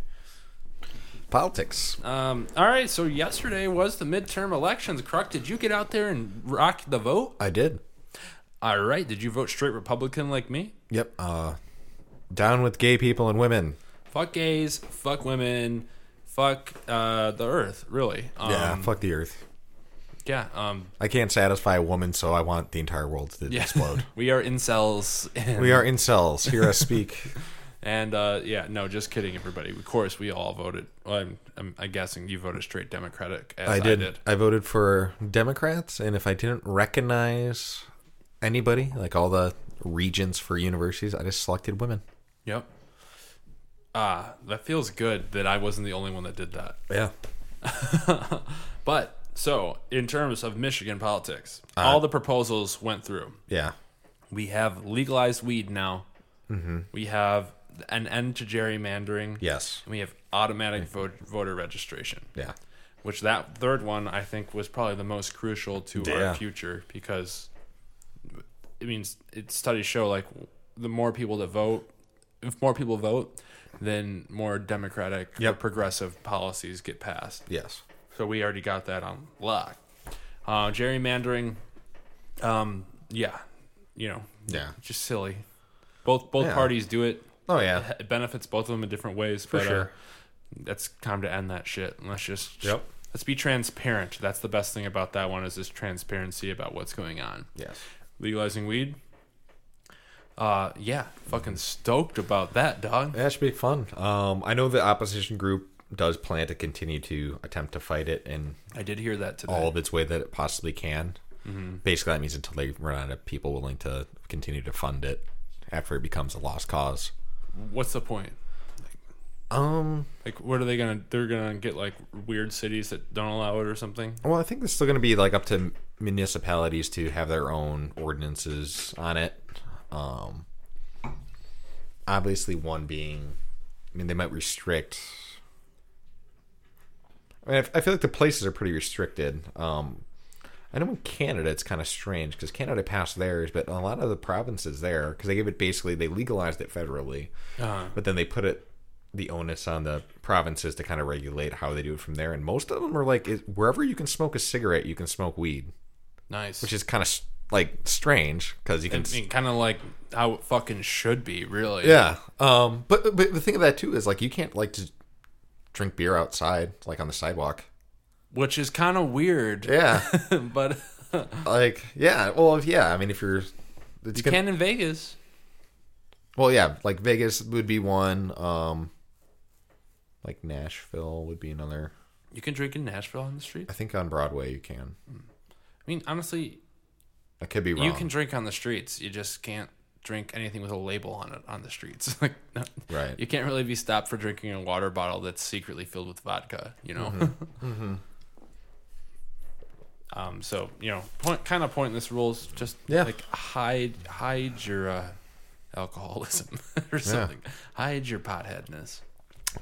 B: Politics.
A: Um, all right, so yesterday was the midterm elections. Croc, did you get out there and rock the vote?
B: I did.
A: All right, did you vote straight Republican like me?
B: Yep. Uh, down with gay people and women.
A: Fuck gays, fuck women, fuck uh, the earth, really. Um,
B: Yeah. fuck the earth.
A: yeah, um,
B: I can't satisfy a woman, so I want the entire world to
A: yeah. [laughs]
B: explode.
A: we are incels. [laughs] And,
B: We are incels. Hear
A: [laughs]
B: us speak.
A: And uh, yeah, no, just kidding, everybody. Of course, we all voted. Well, I'm, I'm, I'm guessing you voted straight Democratic as I
B: I
A: did.
B: did. I voted for Democrats, and if I didn't recognize anybody, like all the regents for universities, I just selected women.
A: Yep. Ah, that feels good that I wasn't the only one that did that.
B: Yeah.
A: But so, in terms of Michigan politics, all the proposals went through.
B: Yeah.
A: We have legalized weed now. Mm-hmm. We have an end to gerrymandering.
B: Yes.
A: And we have automatic vote, voter registration.
B: Yeah.
A: Which that third one I think was probably the most crucial to
B: Yeah.
A: our future because it means it studies show like the more people that vote, if more people vote, then more democratic,
B: Yep.
A: progressive policies get passed.
B: Yes.
A: So we already got that on lock. Uh, gerrymandering, um, yeah, you know, [laughs]
B: Yeah.
A: just silly. Both both
B: Yeah.
A: parties do it.
B: Oh yeah.
A: It benefits both of them in different ways. For but,
B: sure.
A: Uh, that's time to end that shit. And Let's just
B: Yep.
A: Let's be transparent. That's the best thing about that one is this transparency about what's going on.
B: Yes.
A: Legalizing weed. Uh, yeah, fucking stoked about that, dog.
B: That should be fun. Um, I know the opposition group does plan to continue to attempt to fight it in
A: I did hear that today.
B: all of its way that it possibly can. Basically, that means until they run out of people willing to continue to fund it after it becomes a lost cause.
A: What's the point?
B: Um,
A: Like, what are they gonna? They're gonna get like weird cities that don't allow it or something.
B: Well, I think it's still going to be like up to municipalities to have their own ordinances on it. Um, obviously, one being, I mean, they might restrict. I mean, I f- I feel like the places are pretty restricted. Um, I know in Canada it's kind of strange because Canada passed theirs, but a lot of the provinces there because they gave it basically they legalized it federally,
A: Uh,
B: but then they put it the onus on the provinces to kind of regulate how they do it from there and most of them are like it, wherever you can smoke a cigarette you can smoke weed
A: nice.
B: which is kind of like strange because you
A: I
B: can
A: mean, kind of like how it fucking should be, really.
B: yeah um but but the thing of that too is like you can't like just drink beer outside like on the sidewalk
A: Which is kind of weird,
B: yeah
A: [laughs] but
B: [laughs] like yeah well if- yeah i mean if you're it's
A: you
B: gonna,
A: can in Vegas.
B: well yeah like vegas would be one um like nashville would be another
A: You can drink in Nashville on the street.
B: i think on broadway you can
A: I mean, honestly,
B: i could be wrong
A: you can drink on the streets. You just can't drink anything with a label on it on the streets. [laughs] like, no,
B: Right.
A: You can't really be stopped for drinking a water bottle that's secretly filled with vodka. You know. Mm-hmm. [laughs] Um, so you know, point kind of point in this rule is just
B: Yeah.
A: like hide hide your uh, alcoholism [laughs] or something. Hide your potheadness.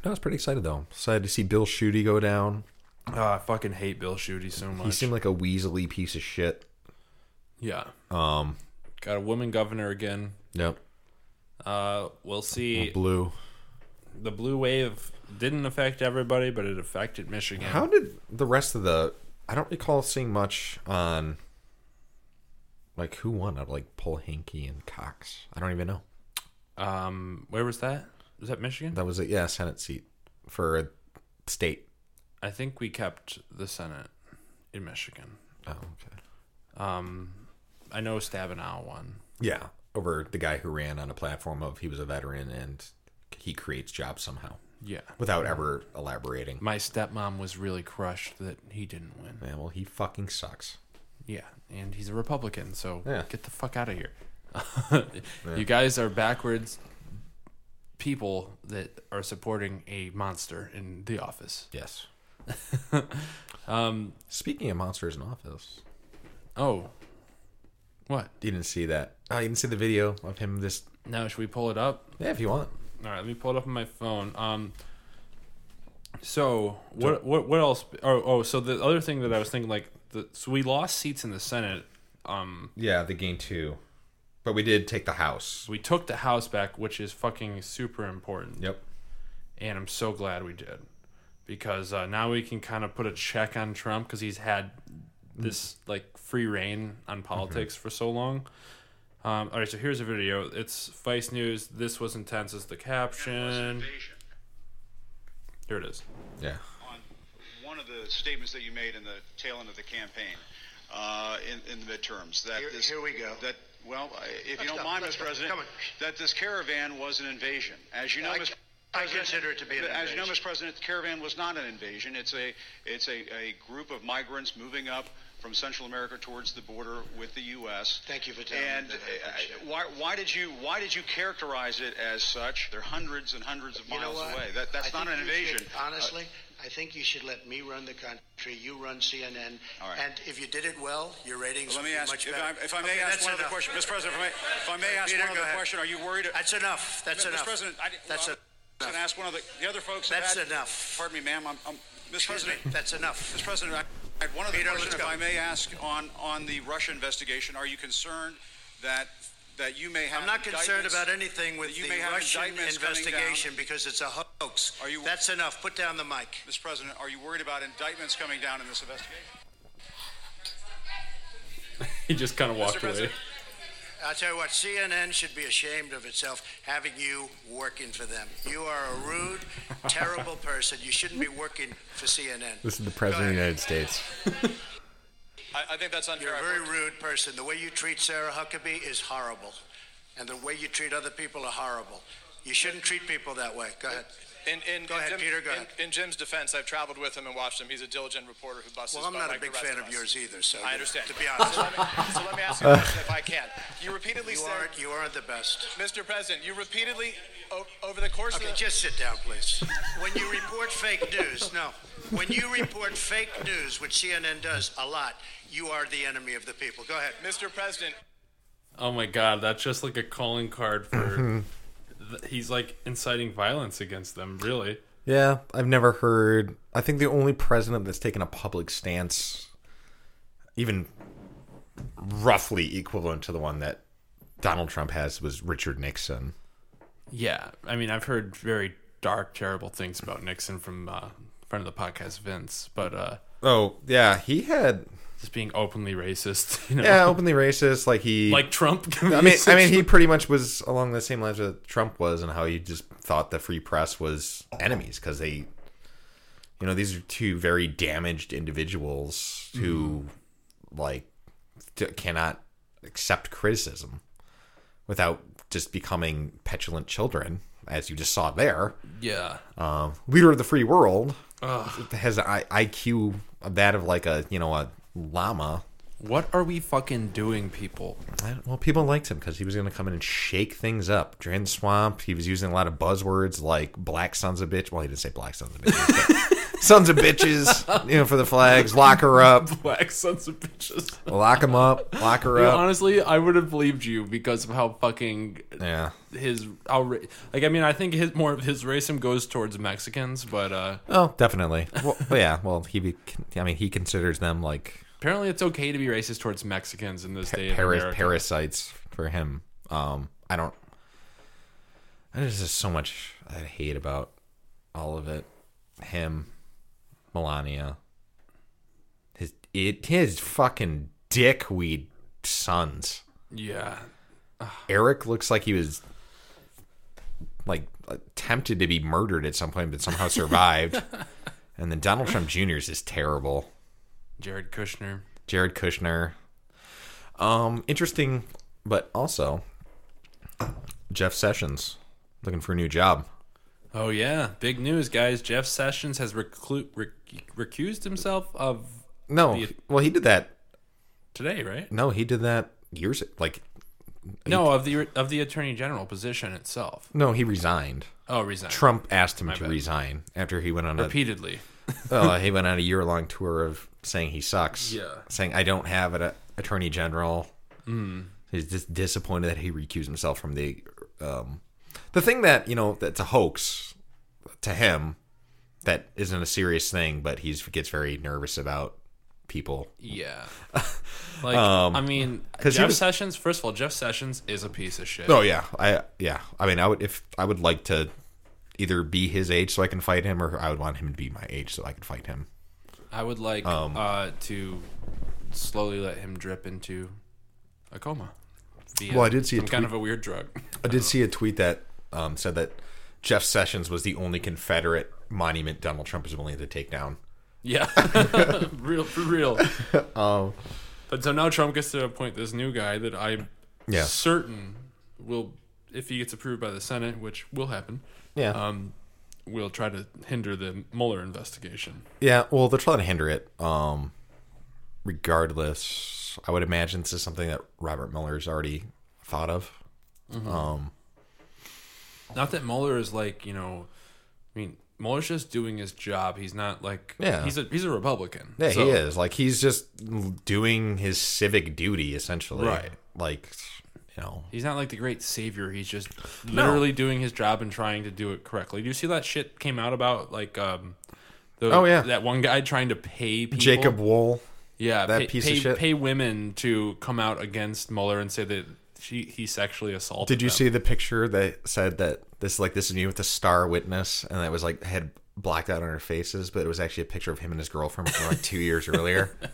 B: I was pretty excited though. Excited to see Bill Schuette go down.
A: Oh, I fucking hate Bill Schuette so much.
B: He seemed like a weaselly piece of shit.
A: yeah. Um, got a woman governor again.
B: Yep.
A: Uh, we'll see.
B: Blue.
A: the blue wave didn't affect everybody, but it affected Michigan.
B: How did the rest of the? I don't recall seeing much on. Like who won? Out of like Paul Hinkie and Cox. I don't even know.
A: Um, where was that? Was that Michigan?
B: That was a yeah Senate seat for a state.
A: I think we kept the Senate in Michigan.
B: Oh okay.
A: Um, I know Stabenow won.
B: Yeah, over the guy who ran on a platform of he was a veteran and he creates jobs somehow
A: Yeah.
B: without ever elaborating.
A: My stepmom was really crushed that he didn't win.
B: Yeah, well, he fucking sucks.
A: Yeah, and he's a Republican, so
B: Yeah.
A: get the fuck out of [laughs] here. You guys are backwards people that are supporting a monster in the office.
B: Yes. [laughs] um, Speaking of monsters in office,
A: Oh, what?
B: you didn't see that. Oh, you didn't see the video of him just.
A: Now should we pull it up?
B: Yeah, if you want.
A: All right, let me pull it up on my phone. Um, so what what what else? Oh, oh, so the other thing that I was thinking, like, the, so we lost seats in the Senate. Um,
B: Yeah, the game two, but we did take the house.
A: we took the House back, which is fucking super important.
B: Yep.
A: and I'm so glad we did because uh, now we can kind of put a check on Trump because he's had this like free reign on politics for so long. Um, all right, so here's a video. It's Vice News. This was intense as the caption. Here it is.
B: Yeah.
F: on one of the statements that you made in the tail end of the campaign, uh, in, in the midterms, that
G: Here-
F: this,
G: here we go.
F: that well, I- if
G: Let's
F: you don't
G: go,
F: mind,
G: let's
F: Mr.
G: go.
F: President,
G: Come on.
F: that this caravan was an invasion. As you know,
G: I-
F: Mr.
G: I
F: President,
G: consider it to be an
F: As you know, Mr.
G: invasion.
F: President, the caravan was not an invasion. It's a it's a, a group of migrants moving up from Central America towards the border with the U.S.
G: Thank you for telling me
F: And
G: that. I appreciate it.
F: uh, why why did you why did you characterize it as such? They're hundreds and hundreds of
G: You know
F: miles
G: what?
F: away. That that's
G: I
F: not
G: think
F: an
G: you should-
F: invasion. Uh,
G: honestly, I think you should let me run the country. You run CNN.
F: All right.
G: And if you did it well, your ratings
F: Uh, Let
G: would
F: me
G: be
F: ask,
G: much
F: if
G: better.
F: I, if I may
G: Okay,
F: ask
G: that's
F: one other
G: enough.
F: question, Mr. President, if I may, if I may ask
G: Peter,
F: one
G: go
F: other
G: ahead.
F: question, are you worried?
G: That's enough. That's
F: Mr.
G: enough.
F: President, I, didn't-
G: That's
F: well, I'm
G: enough.
F: gonna ask one of the, the other folks. have
G: That's
F: had-
G: enough.
F: Pardon me, ma'am. I'm, I'm, Mr.
G: Excuse me.
F: President,
G: That's enough.
F: Mr. President, I had one other
G: Peter,
F: question,
G: let's
F: if
G: go.
F: I may ask, on, on the Russia investigation. Are you concerned that, that you may have
G: I'm not concerned
F: indictments-
G: about anything with
F: You
G: the
F: may have
G: Russian
F: indictments coming down.
G: investigation because it's a hoax.
F: Are you-
G: That's enough. Put down the mic.
F: Mr. President, are you worried about indictments coming down in this investigation?
A: He just kind of walked away.
F: President.
G: I'll tell you what, CNN should be ashamed of itself having you working for them. You are a rude, terrible person. You shouldn't be working for CNN.
B: This is the president of the United States.
F: I, I think that's unfair.
G: You're a
F: I've
G: very
F: worked-
G: rude person. The way you treat Sarah Huckabee is horrible. And the way you treat other people are horrible. You shouldn't treat people that way. Go ahead.
H: In, in,
G: Go
H: in
G: ahead,
H: Jim-
G: Peter, go
H: in,
G: ahead.
H: in Jim's defense, I've traveled with him and watched him. He's a diligent reporter who busts.
G: Well,
H: his
G: I'm
H: butt
G: not a
H: like the
G: big
H: rest
G: fan
H: of,
G: of
H: us.
G: yours either, so.
H: I understand.
G: To be honest,
H: [laughs] so, let me, so let me ask you a question if I can. You repeatedly
G: you
H: said,
G: aren't, you aren't the best.
H: Mr. President, you repeatedly o- over the course
G: Okay,
H: of the,
G: just sit down, please. When you report fake news, no. When you report fake news, which CNN does a lot, you are the enemy of the people. Go ahead.
H: Mr. President,
A: Oh my god, that's just like a calling card for. th- he's like inciting violence against them. Really?
B: Yeah, I've never heard. I think the only president that's taken a public stance, even roughly equivalent to the one that Donald Trump has, was Richard Nixon.
A: Yeah. I mean, I've heard very dark, terrible things about Nixon from uh, friend of the podcast Vince, but. uh
B: Oh yeah, he had
A: just being openly racist. [laughs] You know?
B: yeah openly racist. Like he
A: like Trump.
B: I mean, I mean, he pretty much was along the same lines that Trump was, and how he just thought the free press was enemies because they, you know, these are two very damaged individuals who, like, t- cannot accept criticism without just becoming petulant children, as you just saw there.
A: [laughs] yeah,
B: Um, leader of the free world has an I- IQ of that of like a you know a llama.
A: what are we fucking doing, people?
B: I don't- Well, people liked him because he was going to come in and shake things up. Drain the swamp. He was using a lot of buzzwords like black sons of bitch. Well, he didn't say black sons of bitches. but sons of bitches, you know, for the flags. Lock her up.
A: Black sons of bitches. [laughs]
B: Lock him up. Lock her up.
A: Honestly, I would have believed you because of how fucking
B: yeah.
A: his how ra- like. I mean, I think his more of his racism goes towards Mexicans, but uh
B: Oh, definitely. Well, yeah. Well, he. Be, I mean, he considers them like
A: apparently it's okay to be racist towards Mexicans in this day. of
B: paras-
A: America.
B: parasites for him. Um, I don't. There's just so much I hate about all of it. Him, Melania, his it his fucking dickweed sons.
A: Yeah,
B: Eric looks like he was like tempted to be murdered at some point, but
A: [laughs]
B: somehow survived. and then Donald Trump Jr. is just terrible.
A: Jared Kushner.
B: Jared Kushner. Um, interesting, but also Jeff Sessions looking for a new job.
A: Oh yeah, big news, guys. Jeff Sessions has reclu- rec- recused himself of
B: No,
A: The-
B: well, he did that.
A: today, right?
B: No, he did that years like
A: No, of the of the Attorney General position itself.
B: no, he resigned.
A: Oh, resigned
B: Trump asked him to
A: bad.
B: resign after he went on a
A: repeatedly.
B: well, Uh, he went on a year long tour of saying he sucks.
A: Yeah.
B: Saying I don't have an uh, attorney general. He's just disappointed that he recused himself from the um, the thing that you know that's a hoax to him that isn't a serious thing, but he gets very nervous about people. [laughs]
A: Yeah. Like I mean,
B: Um, 'cause he
A: Jeff
B: was-
A: Sessions. First of all, Jeff Sessions is a piece of shit.
B: Oh yeah, I yeah. I mean, I would if I would like to either be his age so I can fight him, or I would want him to be my age so I can fight him.
A: I would like
B: Um.
A: uh, to slowly let him drip into a coma. via
B: Well, I did see a
A: some kind of
B: tweet-
A: a weird drug.
B: I did see a tweet that um, said that Jeff Sessions was the only Confederate monument Donald Trump is willing to take down.
A: Yeah, [laughs] real for
B: [laughs]
A: real.
B: Oh,
A: But so now Trump gets to appoint this new guy that I'm
B: Yeah.
A: certain will, if he gets approved by the Senate, which will happen,
B: yeah,
A: um, will try to hinder the Mueller investigation.
B: yeah. Well, they're trying to hinder it. Um, regardless, I would imagine this is something that Robert Mueller's already thought of. Um,
A: Not that Mueller is like you know, I mean Mueller's just doing his job. He's not like
B: Yeah.
A: He's a he's a Republican.
B: yeah,
A: So-
B: he is like he's just doing his civic duty essentially.
A: Right.
B: Like, you know,
A: He's not like the great savior. He's just literally doing his job and trying to do it correctly. Do you see that shit came out about like um, the,
B: Oh, yeah.
A: that one guy trying to pay people?
B: Jacob Wool.
A: Yeah,
B: That
A: pay,
B: piece of
A: pay,
B: shit.
A: Pay women to come out against Mueller and say that she he sexually assaulted.
B: Did you
A: them.
B: see the picture that said that this like this is me with the star witness and that was like had blacked out on her faces, but it was actually a picture of him and his girlfriend from like two years earlier.
A: [laughs]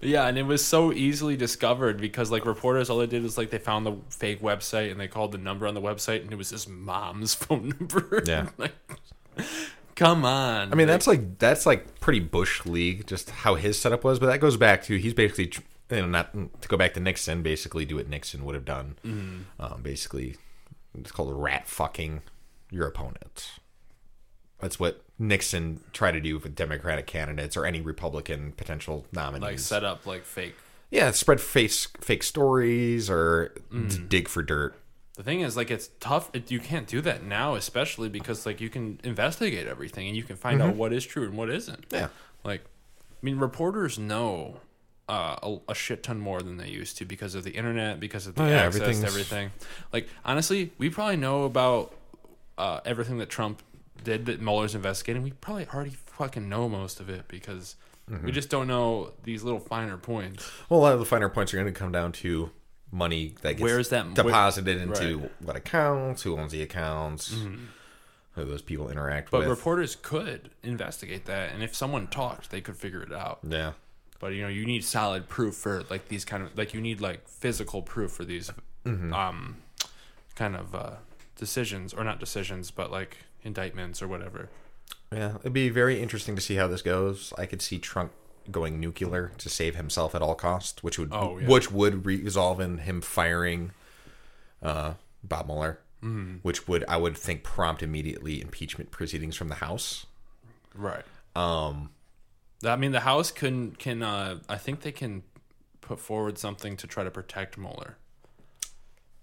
A: Yeah, and it was so easily discovered because like reporters, all they did was like they found the fake website and they called the number on the website and it was his mom's [laughs] phone number.
B: Yeah.
A: like, come on.
B: I mean, that's like that's like pretty bush league, just how his setup was. But that goes back to he's basically tr- you know not to go back to Nixon, basically do what Nixon would have done.
A: Mm-hmm.
B: Um, basically, it's called rat fucking your opponent. That's what Nixon tried to do with Democratic candidates or any Republican potential nominees.
A: like set up like fake
B: Yeah, spread fake fake stories or d-
A: Hmm.
B: dig for dirt.
A: The thing is, like, it's tough. It, you can't do that now, especially because, like, you can investigate everything and you can find out what is true and what isn't.
B: Mm-hmm. Yeah.
A: Like, I mean, reporters know uh, a, a shit ton more than they used to because of the internet, because of the
B: Oh, yeah,
A: access to
B: everything's-
A: everything. Like, honestly, we probably know about uh, everything that Trump did that Mueller's investigating. We probably already fucking know most of it because
B: Mm-hmm.
A: we just don't know these little finer points.
B: Well, a lot of the finer points are going to come down to money that gets
A: Where is that-
B: deposited into what accounts, who owns the accounts, who those people interact
A: Mm-hmm. But
B: with.
A: reporters could investigate that, and if someone talked, they could figure it out.
B: yeah,
A: but you know you need solid proof for like these kind of like you need like physical proof for these
B: Mm-hmm.
A: um kind of uh decisions or not decisions but like indictments or whatever
B: yeah, it'd be very interesting to see how this goes. I could see Trump going nuclear to save himself at all cost, which would
A: Oh, yeah.
B: which would resolve in him firing uh, Bob Mueller,
A: Mm-hmm.
B: which would I would think prompt immediately impeachment proceedings from the House.
A: right um i mean the house can can uh i think they can put forward something to try to protect Mueller.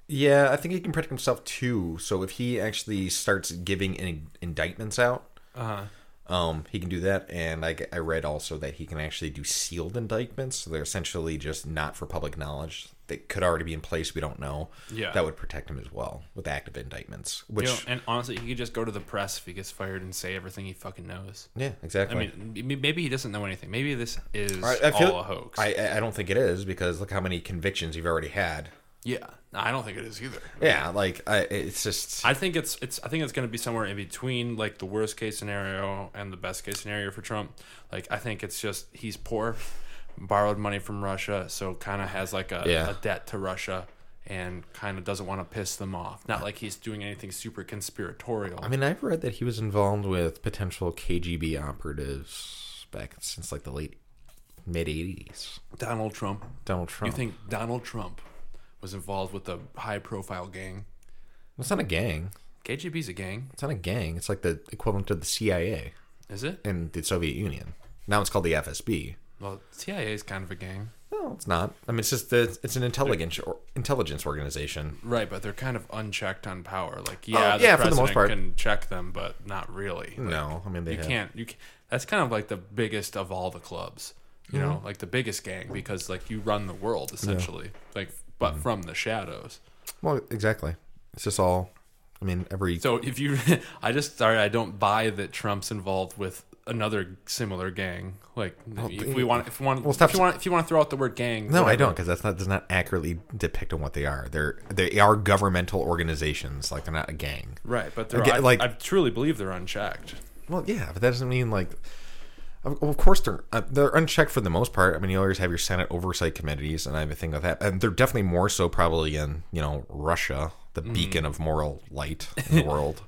B: Yeah, I think he can protect himself too. So if he actually starts giving in- indictments out,
A: Uh-huh.
B: um, he can do that. And I, I read also that he can actually do sealed indictments. So they're essentially just not for public knowledge. They could already be in place. We don't know.
A: Yeah.
B: that would protect him as well with active indictments. Which
A: You know, and honestly, he could just go to the press if he gets fired and say everything he fucking knows.
B: yeah, exactly.
A: I mean, m- maybe he doesn't know anything. Maybe this is
B: I, I feel
A: all a hoax.
B: I- I I don't think it is because look how many convictions you've already had.
A: yeah, I don't think it is either.
B: Yeah, like I, it's just
A: I think it's it's I think it's going to be somewhere in between like the worst case scenario and the best case scenario for Trump. Like I think it's just he's poor, borrowed money from Russia, so kind of has like a,
B: Yeah.
A: a debt to Russia and kind of doesn't want to piss them off. Not like he's doing anything super conspiratorial.
B: I mean, I've read that he was involved with potential KGB operatives back since like the late mid 80s.
A: Donald Trump.
B: Donald Trump.
A: You think Donald Trump was involved with a high profile gang?
B: Well, it's not a gang.
A: KGB's a gang,
B: It's not a gang. It's like the equivalent of the CIA
A: is it?
B: in the Soviet Union. Now it's called the FSB.
A: Well, CIA is kind of a gang.
B: No, it's not. I mean, it's just the, it's an intelligence or intelligence organization.
A: Right, but they're kind of unchecked on power. Like, yeah, the
B: Oh, yeah, for
A: president
B: the most part.
A: can check them, but not really.
B: No, I mean they
A: you
B: have-
A: can't. You ca that's kind of like the biggest of all the clubs. You
B: Mm-hmm.
A: know, like the biggest gang because like you run the world essentially, like but
B: Mm-hmm.
A: from the shadows.
B: Well, exactly. It's just all. I mean, every
A: So if you, [laughs] I just sorry, I don't buy that Trump's involved with another similar gang. Like if we want, if we want,
B: Oh, Well, stop-
A: if you want, if you want to throw out the word gang,
B: No, I
A: whatever.
B: don't, because that's not does not accurately depict on what they are. They're they are governmental organizations, like they're not a gang.
A: Right, but they're
B: Aga-
A: I,
B: like-
A: I truly believe they're unchecked.
B: Well, yeah, but that doesn't mean like. Of of course, they're uh, they're unchecked for the most part. I mean, you always have your Senate oversight committees, and I have a thing with that. And they're definitely more so probably in you know Russia, the
A: Hmm.
B: beacon of moral light
A: [laughs]
B: in the world.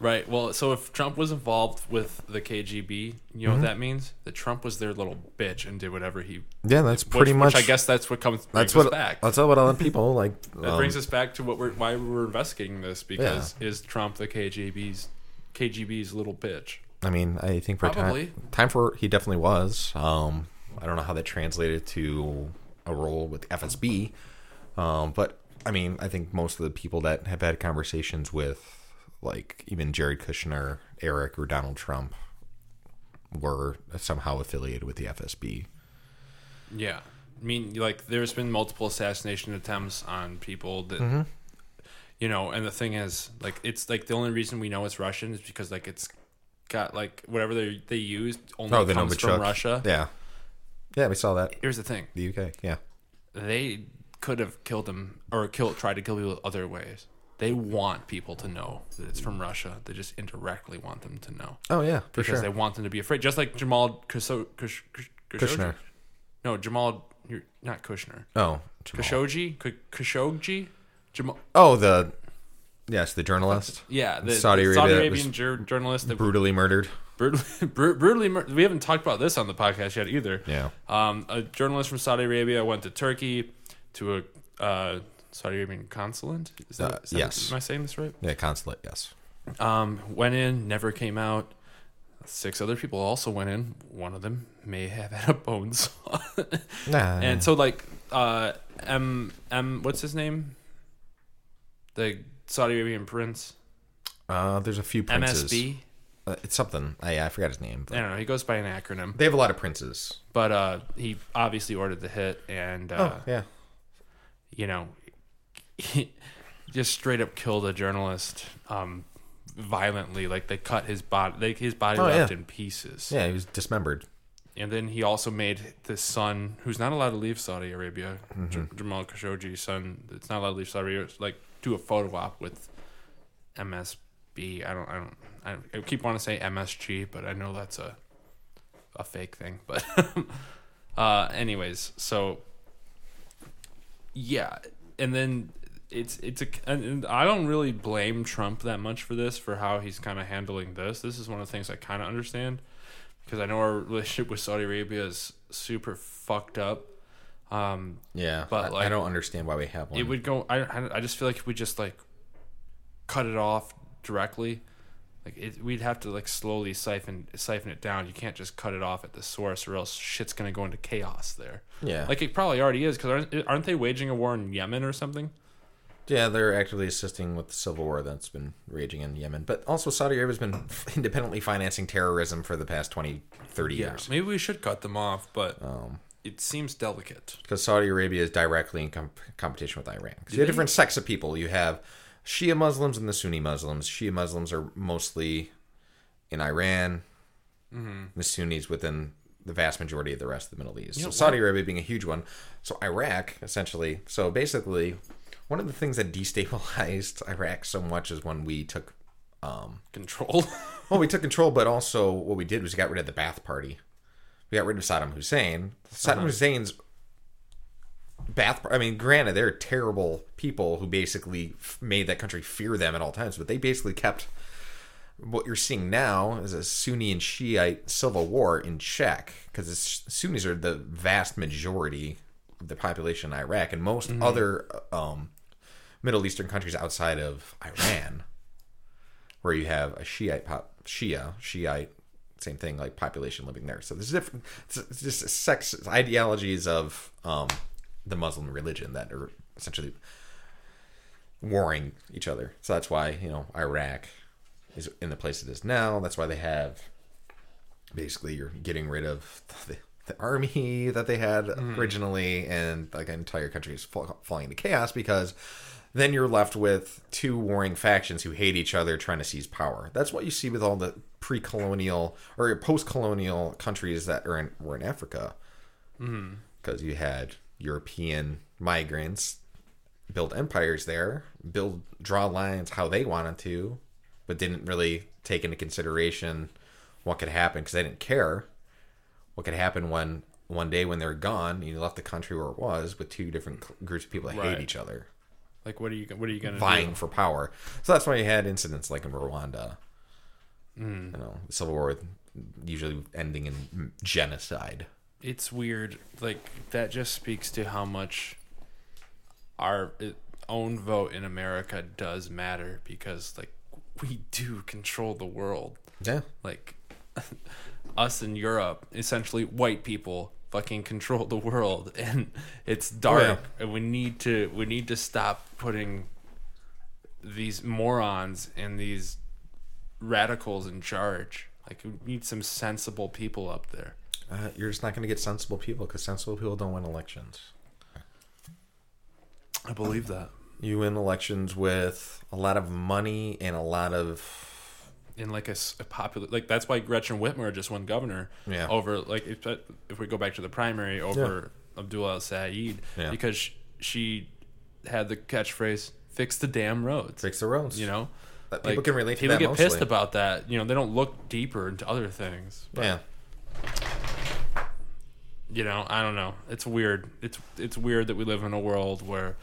A: Right. Well, so if Trump was involved with the KGB, you know
B: Mm-hmm.
A: what that means? That Trump was their little bitch and did whatever he.
B: Yeah, that's pretty
A: which,
B: much.
A: Which I guess that's what comes. Brings
B: that's what
A: us back.
B: that's um, what a lot of people like.
A: that brings us back to what we're why we're investigating this because is Trump the KGB's KGB's little bitch?
B: I mean, I think for
A: Probably.
B: time, time for he definitely was. Um, I don't know how that translated to a role with FSB, um, but I mean, I think most of the people that have had conversations with, like even Jared Kushner, Eric, or Donald Trump, were somehow affiliated with the FSB.
A: Yeah. I mean, like, there's been multiple assassination attempts on people that,
B: Mm-hmm.
A: you know, and the thing is, like, it's like the only reason we know it's Russian is because, like, it's got, like, whatever they, they used only
B: Oh, the
A: comes from
B: Novichok,
A: Russia.
B: Yeah, yeah, we saw that.
A: Here's the thing
B: The UK, yeah,
A: they could have killed him or killed, tried to kill people other ways. They want people to know that it's from Russia. They just indirectly want them to know.
B: oh yeah, for
A: because
B: sure.
A: they want them to be afraid. Just like Jamal Khashoggi. Kush, Kush,
B: Kushner.
A: No, Jamal, you're not Kushner.
B: Oh, Jamal.
A: Khashoggi, K- Khashoggi, Jamal.
B: oh the yes, the journalist
A: Yeah, the
B: Saudi
A: Saudi, the
B: Arabia
A: Saudi
B: was
A: Arabian jur- journalist that
B: brutally murdered.
A: brutally, bru- [laughs] brutally mur- we haven't talked about this on the podcast yet either.
B: Yeah.
A: um, a journalist from Saudi Arabia went to Turkey to a uh, Saudi Arabian consulate. Is that,
B: Uh,
A: is that-
B: yes.
A: am I saying this right?
B: Yeah, consulate. Yes.
A: Um, went in, never came out. Six other people also went in. One of them may have had a bone saw. [laughs]
B: Nah.
A: And so like uh M M what's his name? The Saudi Arabian prince.
B: Uh, there's a few princes.
A: MSB.
B: Uh, it's something. I, I forgot his name.
A: I
B: But
A: don't know, he goes by an acronym.
B: They have a lot of princes.
A: But uh he obviously ordered the hit and uh
B: yeah.
A: you know he just straight up killed a journalist um violently like they cut his body they, his body
B: Oh,
A: left
B: yeah.
A: in pieces
B: Yeah, he was dismembered.
A: and then he also made this son who's not allowed to leave Saudi Arabia, J- Jamal Khashoggi's son, that's not allowed to leave Saudi Arabia, like do a photo op with MSB. I don't, I don't, I, don't, I keep wanting to say MSG, but I know that's a a fake thing. But [laughs] uh, anyways, so yeah, and then it's it's a and, and I don't really blame Trump that much for this for how he's kind of handling this. This is one of the things I kind of understand because I know our relationship with Saudi Arabia is super fucked up. Um,
B: Yeah,
A: But,
B: I- I,
A: like,
B: don't understand why we have one.
A: it would go. I- I I just feel like if we just like cut it off directly, like it, we'd have to like slowly siphon siphon it down. You can't just cut it off at the source, or else shit's gonna go into chaos there.
B: Yeah.
A: like it probably already is because aren't, aren't they waging a war in Yemen or something?
B: yeah, they're actively assisting with the civil war that's been raging in Yemen, but also Saudi Arabia's been [laughs] independently financing terrorism for the past 20, 30 years.
A: maybe we should cut them off, but it seems delicate.
B: because Saudi Arabia is directly in com- competition with Iran. 'Cause you have different sects of people. You have Shia Muslims and the Sunni Muslims. Shia Muslims are mostly in Iran. The Sunnis within the vast majority of the rest of the Middle East. so Saudi Arabia being a huge one. So Iraq, essentially. So basically, one of the things that destabilized [laughs] Iraq so much is when we took,
A: Control. [laughs]
B: well, we took control, but also what we did was we got rid of the Ba'ath Party. We got rid of Saddam Hussein. Saddam Hussein's Bath. I mean, granted, they're terrible people who basically f- made that country fear them at all times, but they basically kept what you're seeing now is a Sunni and Shiite civil war in Czech because Sunnis are the vast majority of the population in Iraq, and most other um, Middle Eastern countries outside of Iran, where you have a Shiite pop, Shia Shiite, same thing like population living there. So there's different, it's, it's just sex ideologies of um, the Muslim religion that are essentially warring each other. So that's why you know Iraq is in the place it is now. That's why they have basically you're getting rid of the, the army that they had originally, and like an entire country is fall, falling into chaos because then you're left with two warring factions who hate each other trying to seize power. That's what you see with all the pre-colonial or post-colonial countries that are in, were in Africa because you had European migrants build empires there, build draw lines how they wanted to, but didn't really take into consideration what could happen because they didn't care what could happen when one day when they're gone, you left the country where it was with two different cl- groups of people that
A: Right. Mm-hmm.
B: hate each other,
A: Like, what are you? What are you gonna
B: vying
A: do?
B: for power. So that's why you had incidents like in Rwanda, you know, the civil war usually ending in genocide.
A: It's weird. Like that just speaks to how much our uh, own vote in America does matter because, like, we do control the world.
B: Yeah,
A: like [laughs] us in Europe, essentially white people fucking control the world [laughs] and it's dark and we need to we need to stop putting these morons and these radicals in charge. Like we need some sensible people up there.
B: uh, you're just not going to get sensible people because sensible people don't win elections.
A: I believe that.
B: You win elections with a lot of money and a lot of
A: in like a, s- a popular like that's why Gretchen Whitmer just won governor
B: Yeah.
A: over like if that- if we go back to the primary over Abdullah Al Saeed
B: Yeah.
A: because sh- she had the catchphrase "fix the damn roads,"
B: fix the roads.
A: you know.
B: But Uh, people can relate to
A: people
B: that
A: get pissed
B: mostly.
A: about that. You know, they don't look deeper into other things.
B: yeah.
A: You know, I don't know. It's weird. It's it's weird that we live in a world where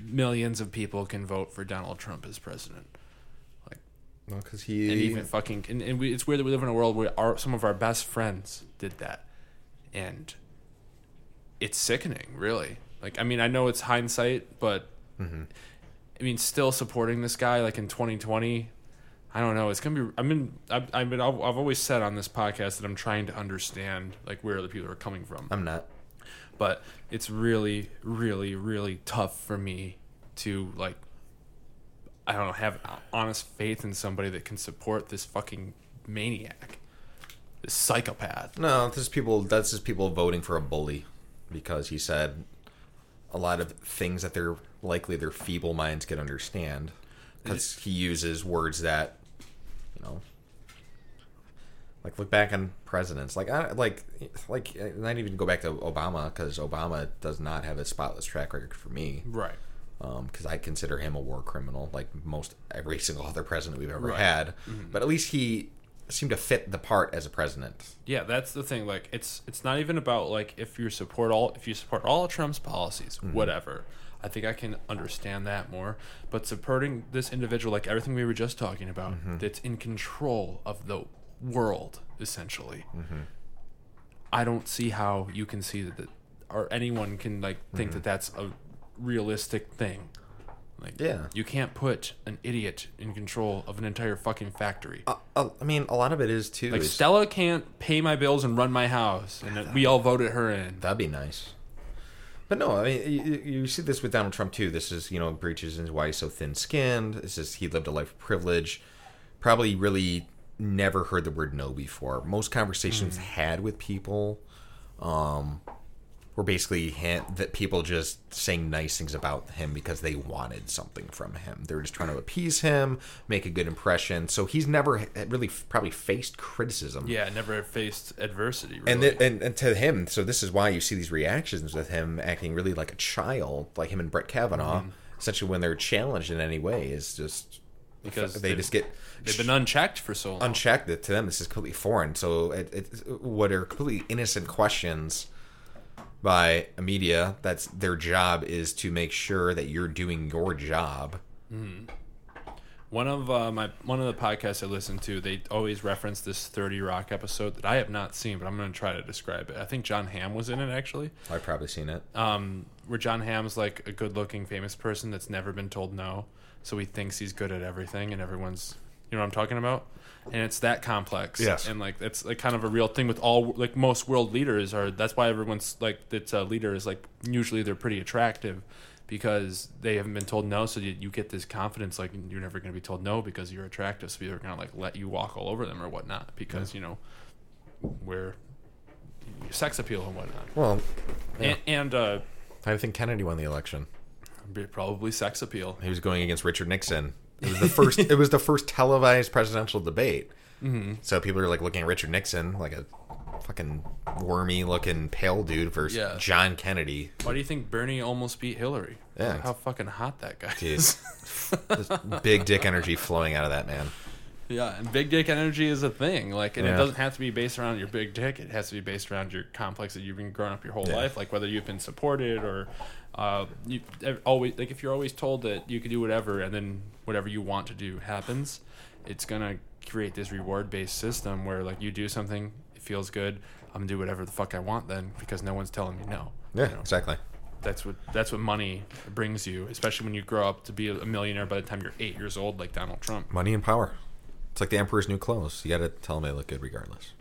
A: millions of people can vote for Donald Trump as president.
B: because
A: and
B: he
A: even fucking and, and we, it's weird that we live in a world where our some of our best friends did that and it's sickening really like i mean i know it's hindsight but i mean still supporting this guy like in 2020 i don't know it's gonna be i mean i've, I've, been, I've, I've always said on this podcast that i'm trying to understand like where the people are coming from
B: I'm not.
A: but it's really really really tough for me to like i don't know have honest faith in somebody that can support this fucking maniac this psychopath
B: No, this is people. That's just people voting for a bully because he said a lot of things that they're likely their feeble minds can understand because he uses words that you know. Like look back on presidents, like I like like not even go back to Obama because Obama does not have a spotless track record for me.
A: right
B: because I consider him a war criminal, like most every [laughs] single other president we've ever had. But at least he seemed to fit the part as a president.
A: yeah that's the thing like it's it's not even about like if you support all if you support all of trump's policies whatever i think i can understand that more but supporting this individual like everything we were just talking about that's in control of the world essentially I don't see how you can see that, that or anyone can like think that that's a realistic thing. Like,
B: Yeah.
A: you can't put an idiot in control of an entire fucking factory.
B: Uh, I mean, a lot of it is too.
A: like
B: is-
A: Stella can't pay my bills and run my house, and that we all voted her in.
B: That'd be nice. But no, I mean, you, you see this with Donald Trump too. This is you know breaches and why he's so thin-skinned. This is he lived a life of privilege. Probably really never heard the word no before. Most
A: Mm.
B: conversations had with people um, were basically hint that people just saying nice things about him because they wanted something from him. They were just trying to appease him, make a good impression. So he's never h- really f- probably faced criticism
A: Yeah, never faced adversity. Really.
B: and, th- and and to him, so this is why you see these reactions with him acting really like a child, like him and Brett Kavanaugh, essentially when they're challenged in any way is just
A: Because
B: they
A: they've-
B: just get
A: they've been unchecked for so long.
B: unchecked. That to them, this is completely foreign. So it, it, what are completely innocent questions by a media that's their job is to make sure that you're doing your job
A: One of uh, my one of the podcasts I listen to, they always reference this Thirty Rock episode that I have not seen, but I'm going to try to describe it. I think John Hamm was in it actually,
B: I've probably seen it.
A: where John Hamm's like a good-looking famous person that's never been told no, so he thinks he's good at everything, and everyone's, you know what I'm talking about, and it's that complex.
C: Yes.
A: and like that's like kind of a real thing with all like most world leaders are. That's why everyone's like that's a leader is like usually they're pretty attractive. Because they haven't been told no, so you, you get this confidence like you're never going to be told no because you're attractive, so people are going to like let you walk all over them or whatnot because you know we're sex appeal and whatnot.
B: well,
A: And, and uh,
B: I think Kennedy won the election.
A: probably sex appeal.
B: He was going against Richard Nixon. It was the first. it was the first televised presidential debate. So people are like looking at Richard Nixon like a fucking wormy looking pale dude versus
A: Yeah.
B: John Kennedy.
A: Why do you think Bernie almost beat Hillary?
B: Yeah.
A: How fucking hot that guy
B: Dude.
A: is.
B: There's big dick energy flowing out of that man.
A: [laughs] yeah, and big dick energy is a thing. Like, and it
B: Yeah.
A: doesn't have to be based around your big dick. It has to be based around your complex that you've been growing up your whole life. Like whether you've been supported or uh, you ev- always like if you're always told that you can do whatever and then whatever you want to do happens, it's gonna create this reward based system where like you do something, it feels good. I'm gonna do whatever the fuck I want then because no one's telling me no.
B: Yeah,
A: you know?
B: exactly.
A: that's what that's what money brings you, especially when you grow up to be a millionaire by the time you're eight years old, like Donald Trump.
B: Money and power. It's like the emperor's new clothes. You got to tell him they look good regardless.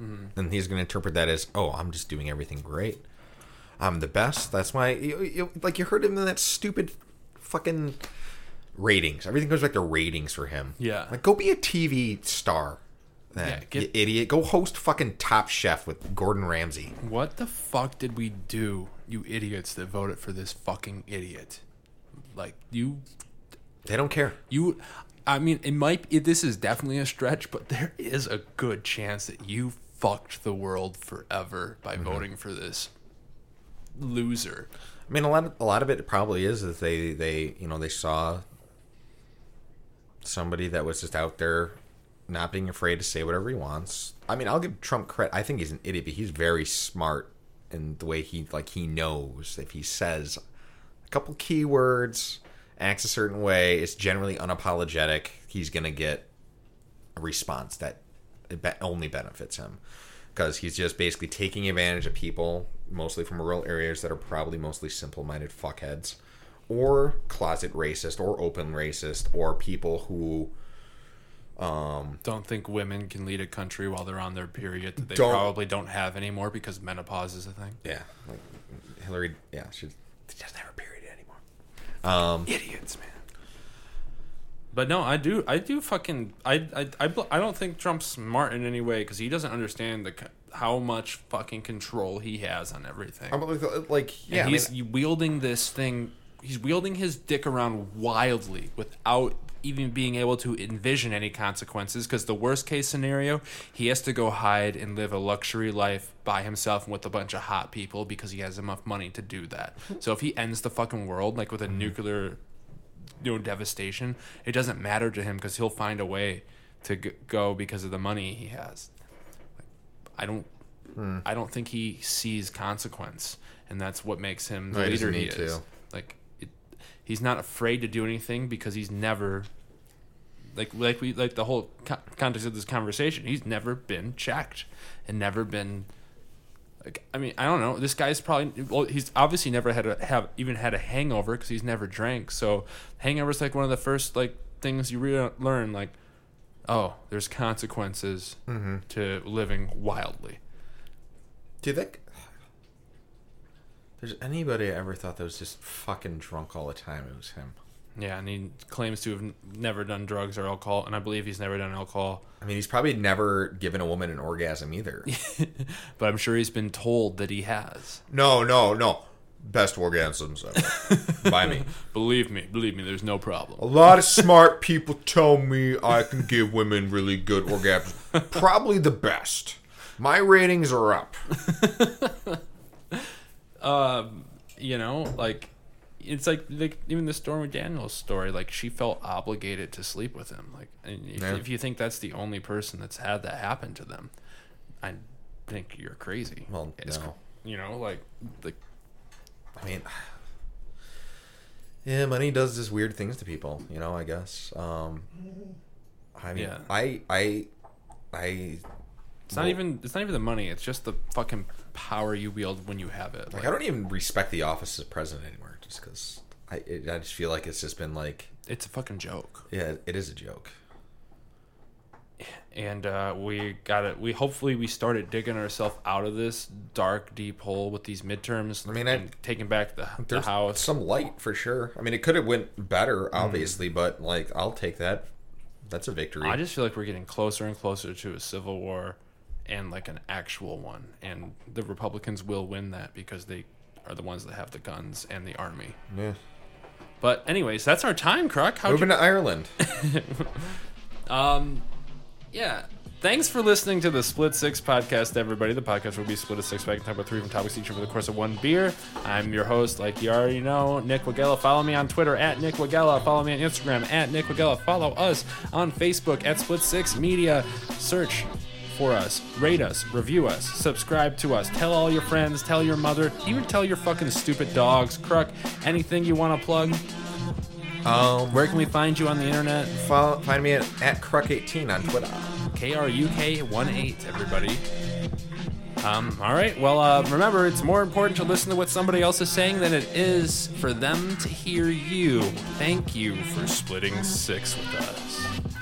A: Mm-hmm.
B: And he's going to interpret that as, oh, I'm just doing everything great. I'm the best. That's why, you, you, like, you heard him in that stupid fucking ratings. Everything goes back to ratings for him.
A: Yeah.
B: Like, go be a TV star. Then,
A: Yeah, get-
B: you idiot. Go host fucking Top Chef with Gordon Ramsay.
A: What the fuck did we do, you idiots that voted for this fucking idiot? Like you,
B: They don't care.
A: you. I mean, it might. It, this is definitely a stretch, but there is a good chance that you fucked the world forever by voting for this loser.
B: I mean, a lot, of, a lot of it probably is that they, they, you know, they saw somebody that was just out there, not being afraid to say whatever he wants. I mean, I'll give Trump credit. I think he's an idiot, but he's very smart in the way he, like, he knows if he says a couple keywords, acts a certain way, it's generally unapologetic. He's gonna get a response that be- only benefits him because he's just basically taking advantage of people, mostly from rural areas that are probably mostly simple-minded fuckheads, or closet racist, or open racist, or people who
A: Don't think women can lead a country while they're on their period that they
B: Don't-
A: probably don't have anymore because menopause is a thing.
B: yeah, like Hillary, yeah, she she doesn't have her period anymore.
A: idiots, man. But no, I do, I do fucking, I, I, I, bl- I don't think Trump's smart in any way because he doesn't understand the c- how much fucking control he has on everything.
B: I'm like, uh, like yeah,
A: and
B: I
A: he's
B: mean,
A: wielding this thing. He's wielding his dick around wildly without even being able to envision any consequences. Because the worst case scenario, he has to go hide and live a luxury life by himself and with a bunch of hot people because he has enough money to do that. So if he ends the fucking world like with a nuclear, you know, devastation, it doesn't matter to him because he'll find a way to g- go because of the money he has. I don't
B: Hmm.
A: I don't think he sees consequence, and that's what makes him the
B: No, he
A: leader
B: doesn't
A: he,
B: need
A: is.
B: to.
A: Like, it, he's not afraid to do anything because he's never, like, like we like the whole co- context of this conversation. He's never been checked, and never been. Like, I mean, I don't know. This guy's probably well. He's obviously never had a have even had a hangover because he's never drank. So, hangovers like one of the first like things you re- learn. Like, oh, there's consequences
B: Mm-hmm.
A: to living wildly.
B: do you think there's anybody I ever thought that was just fucking drunk all the time? It was him.
A: Yeah, and he claims to have n- never done drugs or alcohol, and I believe he's never done alcohol.
B: I mean, he's probably never given a woman an orgasm [laughs] either.
A: But I'm sure he's been told that he has.
B: no, no, no. Best orgasms ever by me.
A: Believe me, believe me, there's no problem.
B: A lot of smart people tell me I can give women really good orgasms. Probably the best. My ratings are up.
A: You know, like it's like like even the Stormy Daniels story. Like she felt obligated to sleep with him. Like, and if,
B: Yeah.
A: if you think that's the only person that's had that happen to them, I think you're crazy.
B: Well,
A: It's
B: no.
A: cr- you know, like like
B: I mean, Yeah, money does just weird things to people, you know, I guess. Um I mean
A: Yeah.
B: I I I
A: It's not even it's not even the money. It's just the fucking power you wield when you have it.
B: like
A: Like,
B: I don't even respect the office of president anymore just cuz I it, I just feel like it's just been like
A: it's a fucking joke.
B: yeah, it is a joke.
A: And uh, we got it. We hopefully we started digging ourselves out of this dark, deep hole with these midterms. I
B: mean, I-
A: and taking back the, the
B: There's
A: house.
B: some light for sure. I mean, it could have went better obviously, but like I'll take that. That's a victory.
A: I just feel like we're getting closer and closer to a civil war and like an actual one. And the Republicans will win that because they are the ones that have the guns and the army.
B: yeah.
A: But anyways, that's our time, Croc. How
B: Moving to [laughs] Ireland.
A: Yeah. Thanks for listening to the Split Six podcast, everybody. The podcast will be split at six pack and talk about three from topics each over the course of one beer. I'm your host, like you already know, Nick Wagella. Follow me on Twitter at Nick Wagella. Follow me on Instagram at Nick Wagella. Follow us on Facebook at Split Six Media. Search for us, rate us, review us, subscribe to us, tell all your friends, tell your mother, even tell your fucking stupid dogs, crook, anything you want to plug.
B: Um,
A: Where can we find you on the internet?
B: follow, find me at, at Cruck18 on Twitter.
A: KRUK18, everybody. Um, all right. Well, uh, remember, it's more important to listen to what somebody else is saying than it is for them to hear you. Thank you for splitting six with us.